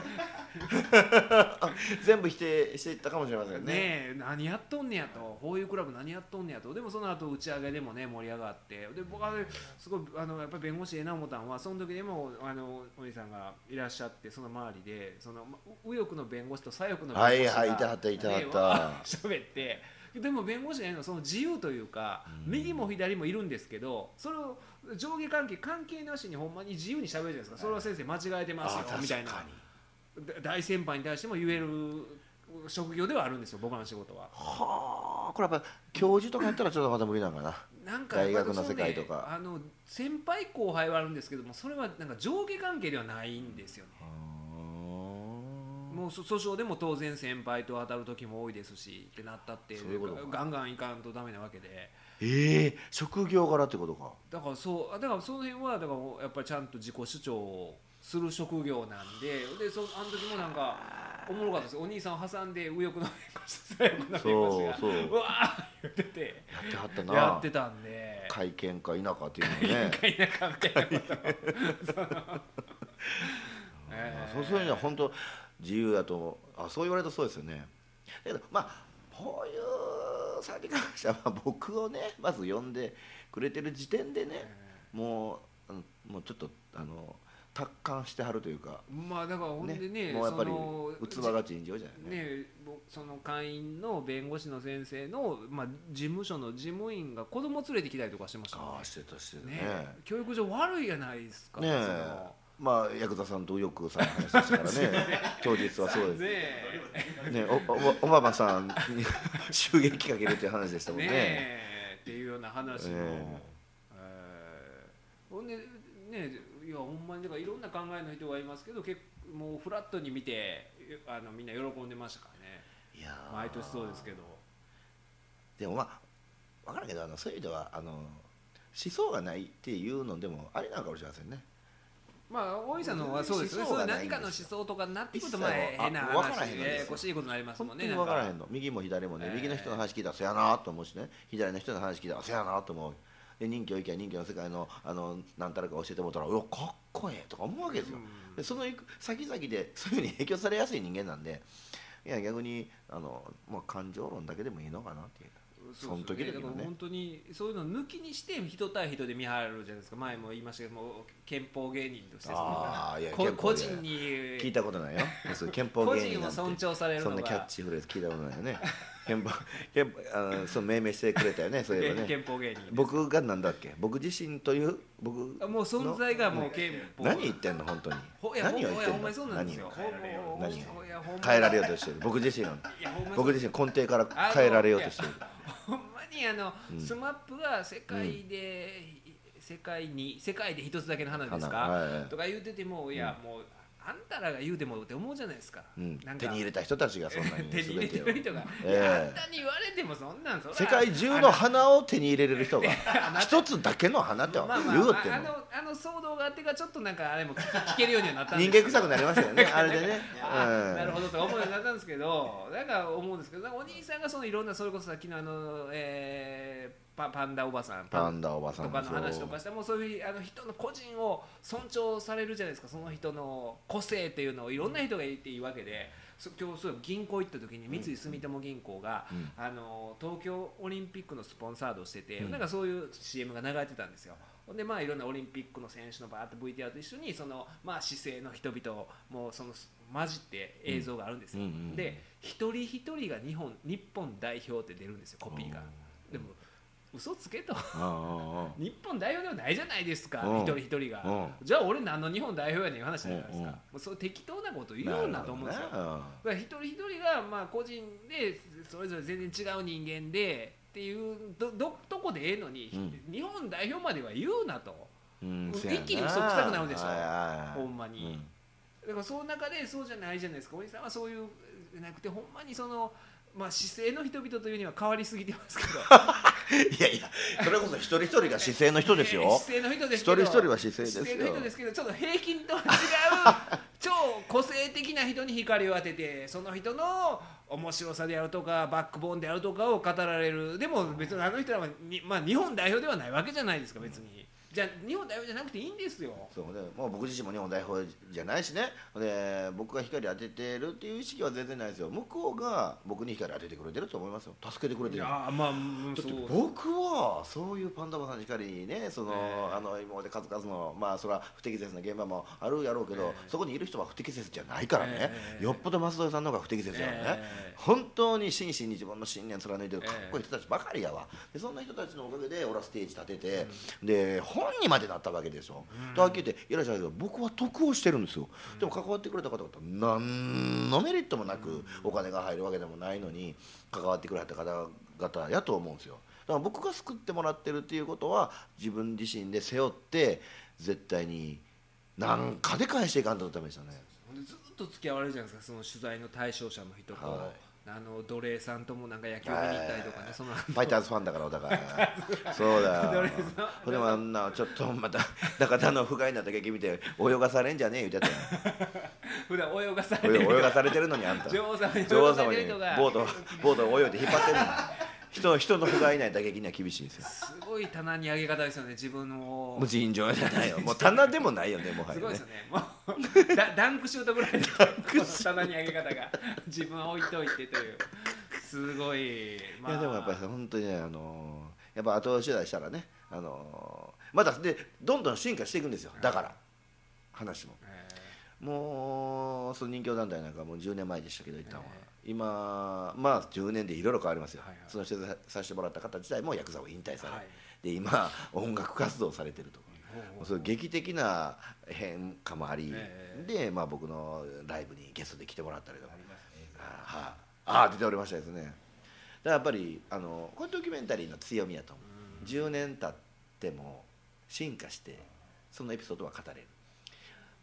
S2: 全部否定していったかもしれません
S1: ね
S2: ね
S1: え何やっとんねやとこういうクラブ何やっとんねやとでもその後打ち上げでもね盛り上がってで僕はねすごいあのやっぱり弁護士ええな思ったんはその時でもあのお兄さんがいらっしゃってその周りでそのま右翼の弁護士と左翼の弁護士が、
S2: はいはいいたはったいたはった
S1: ねわー喋ってでも弁護士がいるのはその自由というか右も左もいるんですけどそれを上下関係関係なしにほんまに自由に喋るじゃないですかそれは先生間違えてますよみたいな。だ大先輩に対しても言える職業ではあるんですよ僕らの仕事は
S2: はあこれやっぱ教授とかやったらちょっとまだ無理なのかな
S1: なんか
S2: 大学の世界とか
S1: やっぱりそうねあの先輩後輩はあるんですけどもそれはなんか上下関係ではないんですよねもうそ訴訟でも当然先輩と当たる時も多いですしってなったって
S2: そういうことか
S1: ガンガンいかんとダメなわけで
S2: ええ職業柄ってことか
S1: だからそうあだからその辺はだからやっぱりちゃんと自己主張をする職業なんででそあの時もなんかおもろかったですお兄さんを挟んで右翼の弁護士と左翼の弁護士が
S2: そうそう
S1: わー言ってて。
S2: やってはったな
S1: やってたんで
S2: 会見か否かっ ていうのね
S1: 田舎みたいなこと
S2: あそうそういうのは本当自由だとあそう言われるとそうですよねだけどまあこういう詐欺関者は僕をねまず呼んでくれてる時点でねもうあのもうちょっとあの達観してはるというか、
S1: まあだからほんでね
S2: もうやっぱり
S1: そ
S2: 器
S1: の
S2: が尋常じゃないね
S1: ね、ぼその会員の弁護士の先生の、まあ、事務所の事務員が子供連れてきたりとかしてましたもん
S2: あ
S1: ね
S2: あしてたしてたね
S1: ね教育上悪いやないですか、
S2: ね
S1: そ
S2: え
S1: の
S2: まあヤクザさんと右翼さんの話でしたか らね当日はそう
S1: ね
S2: で
S1: え
S2: すねおおオバマさんに 襲撃かけるっていう話でしたもん
S1: ね
S2: ね
S1: えっていうような話の、
S2: ね
S1: えーほんでねいやほんまにだからいろんな考えの人がいますけど結構もうフラットに見てあのみんな喜んでましたからね
S2: いやー
S1: 毎年そうですけど
S2: でもまあ分からんけどあのそういう意味ではあの思想がないっていうのでもありなのかもしれませんね
S1: まあ大井さんの方はそうですね
S2: 思想
S1: そうい
S2: が
S1: う
S2: な
S1: 何
S2: いんで
S1: か
S2: すよ
S1: の思想とかになってくると
S2: 一切
S1: まあ
S2: あ
S1: 変な
S2: わからへ
S1: 話
S2: んのですよ
S1: でこしいことになりますも
S2: 本
S1: ん
S2: 当
S1: ね
S2: に
S1: な
S2: 分
S1: ん
S2: からへ
S1: か
S2: んの右も左もね、
S1: えー
S2: 右の人の話聞いたらそやなと思うしね左の人の話聞いたらそやなと思うで任教行きゃ任教の世界のあのなんたらか教えてもらったらうわかっこええとか思うわけですよ、
S1: うん
S2: でその行く先々でそういうふうに影響されやすい人間なんでいや逆にあの、まあ、感情論だけでもいいのかなっていうその時々のね
S1: だから本当にそういうのを抜きにして人対人で見張るじゃないですか前も言いましたけどもう憲法芸人としてそ
S2: あーいや
S1: の
S2: 憲
S1: こ個
S2: 法芸
S1: 人に
S2: 聞いたことない よそう憲法
S1: 個
S2: 芸人
S1: 人
S2: な
S1: を
S2: んて
S1: 尊重される
S2: そ
S1: のが
S2: んなキャッチフレーズ聞いたことないよね 憲法憲法あのそう命名してくれた よねそういえばね
S1: 憲法芸人
S2: 僕がなんだっけ僕自身という僕
S1: あもう存在がもう憲法
S2: 何言ってんの本当に
S1: ほいや
S2: 何を
S1: ほん
S2: 言っ
S1: まやほ
S2: てん
S1: んまにそ
S2: の
S1: うなんですよ
S3: 何を
S1: ほんま
S2: 何を
S1: ほんまやほんま
S2: 変えられようとしてる僕自身の
S1: いやほんまに
S2: 僕自身根底から変えられようとしてる
S1: ほんまにあの、
S2: うん
S1: スマップは世界で、世界に世界で一つだけの花ですか、
S2: 花はいはい
S1: とか言うててもいや、もうあんたらが言うてもって思うじゃないですか,、
S2: うん
S1: なんか
S2: 手に入れた人たちがそんな に
S1: 手に入れてる
S2: 全て
S1: 人
S2: を
S1: が、
S2: ええ
S1: いやあんたに言われてもそんなんそら
S2: 世界中の花を手に入れれ る人が一つだけの花って言
S1: まあまあ
S2: うって
S1: あ
S2: ん
S1: の
S2: の
S1: あの騒動があってからちょっとなんかあれも聞聞けるようにはなったんで
S2: 人
S1: す
S2: 間臭くなりましたよねあれでね
S1: あ
S2: うん
S1: なるほどと思うようになったんですけどなんか思うんですけどなんかお兄さんがそのいろんなそれこそさっきのあの、えーパパンダおばさん
S2: パンダおばさん
S1: とかの話と
S2: そ
S1: かしてもうそういうあの人の個人を尊重されるじゃないですかその人の個性っていうのをいろんな人がいていいわけでそ今日そう銀行行った時に三井住友銀行が、
S2: うん
S1: あの東京オリンピックのスポンサードをしてて、なんかそういう CM が流れてたんですよ。ほんでまあいろんなオリンピックの選手のバーッと VTR と一緒にそのまあ市政の人々もその混じって映像があるんですよ。
S2: うんうんうん
S1: で一人一人が日本日本代表って出るんですよコピーが。でも嘘つけと
S2: うんうんうん
S1: 日本代表ではないじゃないですか、
S2: うん
S1: 一人一人が、
S2: うん
S1: じゃあ俺何の日本代表やねんいう話じゃないですか、
S2: うんうん
S1: もうそう適当なこと言うようなと思うんですよ、
S2: なるほどね
S1: だから一人一人がまあ個人でそれぞれ全然違う人間でっていうどどどこでええのに、
S2: う
S1: 日本代表までは言うなと
S2: うん
S1: 一
S2: せや
S1: 気に嘘くさくなるでしょ
S2: はいはいはい
S1: ほんまにだからその中でそうじゃないじゃないですかおじさんはそういうじゃなくてほんまにその。まあ、姿勢の人々というには変わりすぎてますけど
S2: いやいやそれこそ一人一人が姿勢の人ですよ、
S1: 姿勢の人ですけど
S2: 一人一人は姿勢ですよ
S1: 姿勢の人ですけどちょっと平均とは違う 超個性的な人に光を当ててその人の面白さであるとかバックボーンであるとかを語られるでも別にあの人らはに、まあ、日本代表ではないわけじゃないですか別に、じゃあ日本代表じゃなくていいんですよ
S2: そうでもう僕自身も日本代表じゃないしねで僕が光当ててるっていう意識は全然ないですよ向こうが僕に光当ててくれてると思いますよ助けてくれて
S1: い
S2: る
S1: や
S2: だ
S1: まあうん
S2: って
S1: そう
S2: 僕はそういうパンダバさんの光にねその、
S1: ええ
S2: あの今まで数々のまあそれは不適切な現場もあるやろうけど、
S1: ええ
S2: そこにいる人は不適切じゃないからね、
S1: ええ
S2: よっぽど舛添さんの方が不適切だよね、
S1: ええ
S2: 本当に真摯に自分の信念貫いてるかっこいい人たちばかりやわ、でそんな人たちのおかげで俺はステージ立てて、で本にまでなったわけでしょ、とはっきり言っていらっしゃるけど僕は得をしてるんですよ、でも関わってくれた方々何のメリットもなくお金が入るわけでもないのに関わってくれた方々やと思うんですよだから僕が救ってもらってるっていうことは自分自身で背負って絶対に何かで返していかんとダメでしたね、
S1: ほんでずっと付き合われるじゃないですかその取材の対象者の人と、
S2: は
S1: あの奴隷さんともなんか野球見に行ったりとかねその
S2: ファイターズファンだからお 互いそうだ
S1: ド
S2: よ
S1: レスの
S2: それもあんなちょっとまた中田の不甲斐な打撃見て泳がされんじゃねえ言うてた
S1: 普段泳がされて
S2: よ
S1: る
S2: 泳泳がされてるのにあんた
S1: 女王様に
S2: 女
S1: 泳
S2: 王様に
S1: がされてるのが
S2: ボートボートを泳いで引っ張ってるの人人の不甲斐ない打撃には厳しいですよ
S1: すごい棚に上げ方ですよね自分を
S2: もう尋常じゃない よもう棚でもないよねもはや
S1: すごいです
S2: ね
S1: よね、もうだダンクシュートぐらいの棚に上げ方が自分は置いといてというすごい、
S2: いやでもやっぱり本当にねあのーやっぱ後取材したらねあのーまだでどんどん進化していくんですよだから話ももうその人形団体なんかもう10年前でしたけど一旦は、
S1: え
S2: 今まあ10年でいろいろ変わりますよ、
S1: はいはい
S2: その人させてもらった方自体もヤクザを引退され、
S1: はい
S2: で今音楽活動をされてると。
S1: ほうほう
S2: そういう劇的な変化もあり、
S1: え
S2: で、まあ、僕のライブにゲストで来てもらったりとか、ああああ出ておりましたですねだからやっぱりあのこれドキュメンタリーの強みやと思う、10年経っても進化してそのエピソードは語れる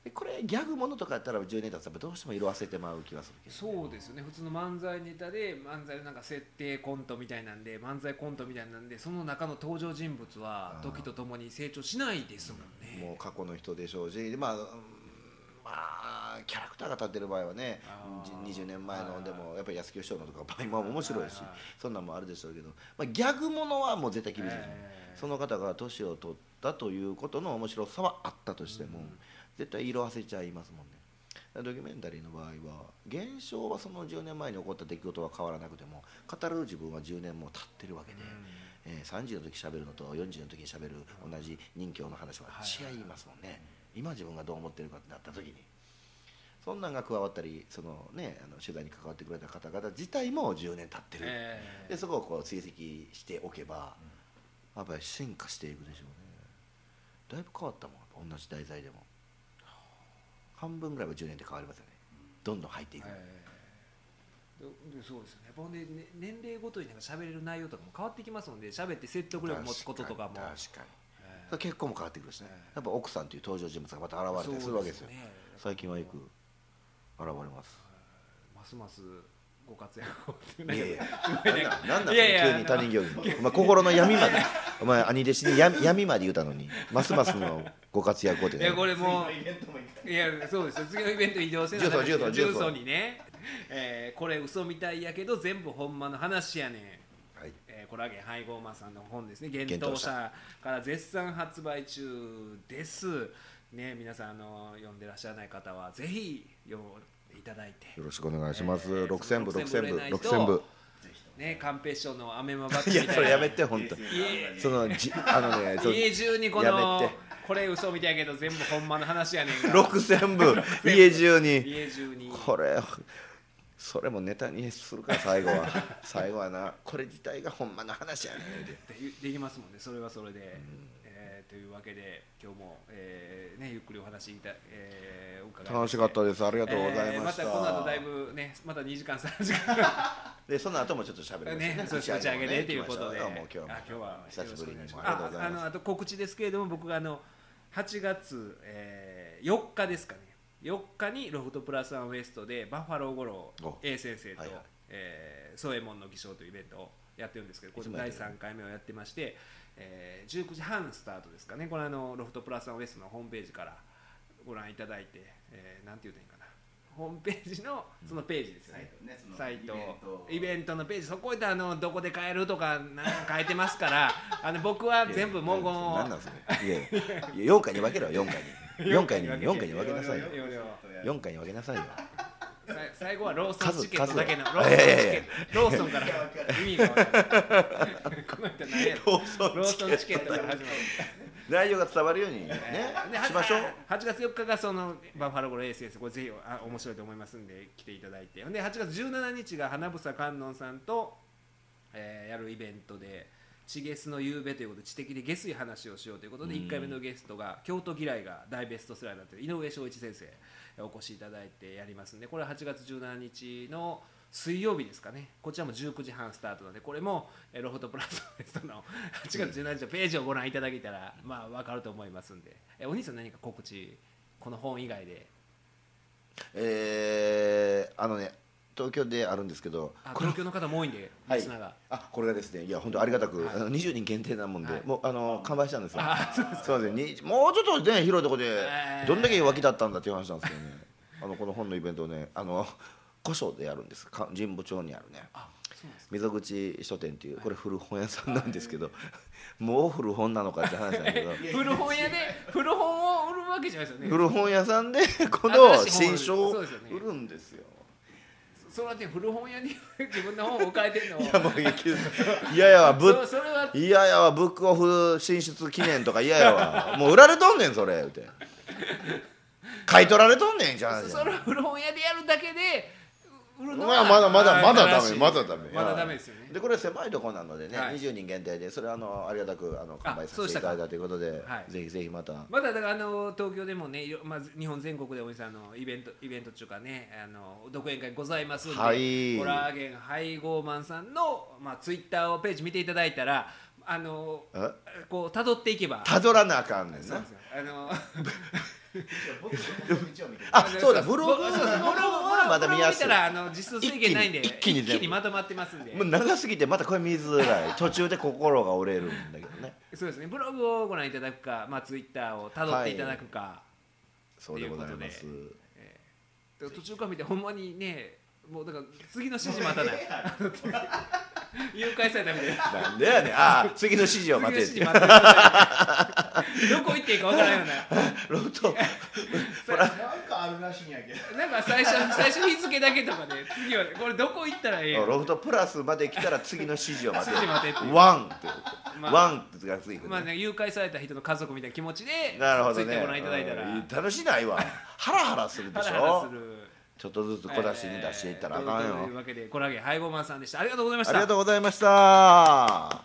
S2: でこれギャグものとかやったら10年経つとどうしても色あせてまう気がするけど
S1: そうですよね普通の漫才ネタで漫才のなんか設定コントみたいなんで漫才コントみたいなんでその中の登場人物は時とともに成長しないですもんね
S2: もう過去の人でしょうし、でまあうんまあ、キャラクターが立ってる場合はね
S1: あー
S2: じ20年前
S1: はいは
S2: の
S1: い
S2: でもやっぱり安清師匠のとか場合も面白いし
S1: はいはい
S2: そんなんもあるでしょうけど、まあ、ギャグものはもう絶対厳しいですね、
S1: ええ
S2: その方が年を取ったということの面白さはあったとしても、絶対色あせちゃいますもんねドキュメンタリーの場合は現象はその10年前に起こった出来事は変わらなくても語る自分は10年も経ってるわけで、えー30の時喋るのと40の時に喋る同じ任侠の話は違いますもんね、今自分がどう思ってるかってなった時にそんなんが加わったりその、ね、あの取材に関わってくれた方々自体も10年経ってる、
S1: ええ
S2: でそこをこう追跡しておけば、やっぱり進化していくでしょうねだいぶ変わったもんやっぱ同じ題材でも半分ぐらいは10年で変わりますよねどんどん入っていく、
S1: ええででそうですよねほんで、ね、年齢ごとになんか喋れる内容とかも変わってきますので喋って説得力持つこととかも
S2: 確かに確かに
S1: え
S2: 結婚も変わってくるしね
S1: ええ
S2: やっぱ奥さんという登場人物がまた
S1: え
S2: 現れたりするわけですよ
S1: そうね
S2: 最近はよく現れます
S1: ますますご活躍をって いう
S2: いやい
S1: ね
S2: やなんなんなん
S1: いやいや
S2: 急に他人行儀お前心の闇までお前兄弟子に闇闇まで言うたのにますますのご活躍をって
S1: いやこれもう
S3: イベントも行った
S1: いやそうですよ次のイベント移動せなあかんし
S2: 重曹重曹重曹
S1: 重曹にね、えーこれ嘘みたいやけど全部ほんまの話やねん、
S2: はい
S1: えーコラーゲン配合マンさんの本ですね「幻
S2: 冬者
S1: 冬者」から絶賛発売中ですね皆さんあの読んでらっしゃらない方はぜひ読んでいただいて
S2: よろしくお願いします、
S1: えー
S2: 6000部
S1: その
S2: 6000部
S1: 売れないと
S2: 6000部
S3: ぜひとも
S1: ね寛平師匠の「アメマバッグ」
S2: い
S1: み
S2: や
S1: た
S2: それ
S1: い
S2: や
S1: な
S2: めて本当
S3: い
S2: に
S3: いですね
S2: そのじあの ねそう
S1: 家中にこ
S2: やめ
S1: の
S2: て
S1: 「これ嘘みたいやけど全部ほんまの話やねんが」
S2: 6000部 家中に
S1: 家中に
S2: これそれもネタにするから最後は 最後はなこれ自体がほんまの話やねん言うて
S1: でできますもんねそれはそれで、えーというわけで今日も、えーね、ゆっくりお話いた、えー、お伺いして
S2: 楽しかったですありがとうござ
S1: え
S2: い
S1: ー
S2: ま
S1: ま
S2: した、
S1: たこの後だいぶねまた2時間3時間
S2: でその後もちょっと喋ります
S1: ねそう打ち上げでということで、
S2: 行きましょうよもう今日
S1: あ
S2: は
S1: 今日は
S2: 久しぶりにもありがとう
S1: あ
S2: ござ
S1: あ
S2: い
S1: の
S2: ま
S1: あと告知ですけれども僕があの8月、えー、4日ですかね4日にロフトプラスワンウエストでバッファロー五郎
S2: お
S1: A 先生と、
S2: はいはい
S1: えー、宗右衛門の偽証というイベントをやってるんですけどこ
S2: いつ
S1: れ
S2: もやっ
S1: 第
S2: てる
S1: 3回目をやってまして、えー、19時半スタートですかねこれあのロフトプラスワンウエストのホームページからご覧いただいて、えー、なんて言うといいんかなホームページのそのページですよね、サ
S3: サ
S1: イ
S3: イ
S1: ト
S3: トねその
S1: イベントのページそこであのどこで買えるとかなんか書いてますから あの僕は全部文言を
S2: 何なんすねいやいや4回に分けろよ4回に4回に4回に分 けなさいよ
S1: いやいや
S2: 4回に分けなさいよ
S1: さ最後はローソンチケットだけのロー
S2: 数
S1: ソンチケットローソ
S2: 数いやいやいや
S1: ンから意味が分からないこの人何やろ
S2: ローソンチケット
S1: ローソンチケットから始まる
S2: 内容が伝わるようにね
S1: では
S2: しましょう
S1: 8月4日がそのバッファローゴロ ACS これぜひあ面白いと思いますんで来ていただいてほんで8月17日が花房観音さんと、えーやるイベントで「地ゲスの夕べ」ということで知的でゲスい話をしようということで1回目のゲストが「京都嫌いが大ベストセラー」だという井上翔一先生お越しいただいてやりますんでこれは8月17日の水曜日ですかねこちらも19時半スタートなのでこれもえーロフトプラスフェストの8月17日のページをご覧いただけたらまあ分かると思いますんでえお兄さん何か告知この本以外で
S2: えーあのね東京であるんですけど
S1: あ
S2: これ
S1: 東京の方も多いんで
S2: は
S1: リ
S2: い
S1: スナーが、
S2: あこれがですねいや本当ありがたく、
S1: はい
S2: あの20人限定なもんで、
S1: はい
S2: もうあの完売したんですよ
S1: あ
S2: すいませんにもうちょっとね広いとこで、
S1: えー
S2: どんだけ湧き立ったんだっていう話なんですけどねあのこの本のイベントをねあの古書でやるんですか神保町にあるね
S1: あそうなんです
S2: 溝口書店っていうこれ古本屋さんなんですけど、もう古本なのかって話なんだけど
S1: 古本屋で古本を売るわけじゃないですよね
S2: 古本屋さんでこの
S1: 新しい本を
S2: 新書を
S1: そうですよね
S2: 売るんですよ。
S1: それはね古本屋に 自分の本を置かれてるのを
S2: いやもういや いやいやわぶっ
S1: そそれはい
S2: やいやわブックオフ進出記念とかいやいやわもう売られとんねんそれ言うて買い取られとんねんじゃん
S1: それは古本屋でやるだけでう売るの
S2: ま
S1: は
S2: あまだまだまだダメ
S1: 新しい
S2: まだダメ
S1: まだダメですよね
S2: でこれ狭いとこなのでね、
S1: はい
S2: 20人限定でそれはあのありがたくあの完売させていただいたということで
S1: したかはい
S2: ぜひぜひまた、
S1: まだだからあの東京でもね、いろまあ、日本全国でおじさんのイベントイベント中かねあの独演会ございますんで、
S2: はい
S1: コラーゲンハイゴーマンさんの、まあ、ツイッターをページ見ていただいたらあの
S2: え
S1: こう辿っていけば
S2: たどらなあかんねん
S1: そう
S2: な
S1: ですよあの
S3: 僕の道を見て
S2: あそうだブログ
S1: そうそうブログ
S2: はまだ見やすい
S1: ブログ見たらあの実数制限ないんで
S2: 一気に一気に全部
S1: まとまってますんで
S2: もう長すぎてまたこれ見づらい途中で心が折れるんだけ どね
S1: そうですねブログをご覧いただくかまあツイッターを辿っていただくか、
S2: そうでございます
S1: といで途中から見てほんまにねもうだから次の指示待たない 誘拐されたみたいな。
S2: なんでや ねんああ次の指示を待てって
S1: 次の指示待ってくださいどこ行っていいかわからんよう
S2: ロト
S1: な
S3: なんかあるらしいんやけど
S1: なんか最初最初日付だけとかで次はこれどこ行ったらええ やん
S2: ロフトプラスまで来たら次の指示を待て
S1: 指示待てっていう
S2: ワンって、
S1: まあ
S2: ワンってがついてる、
S1: まあね、誘拐された人の家族みたいな気持ちで
S2: なるほど
S1: ついて
S2: ね
S1: ご覧いただいたら、
S2: うん楽しないわハラハラするでしょ
S1: ハラハラする
S2: ちょっとずつ小出しに出していったらあかんよ、
S1: えーというわけでコラーゲンハイゴーマンさんでしたありがとうございまし
S2: あ
S1: た
S2: りがとうございました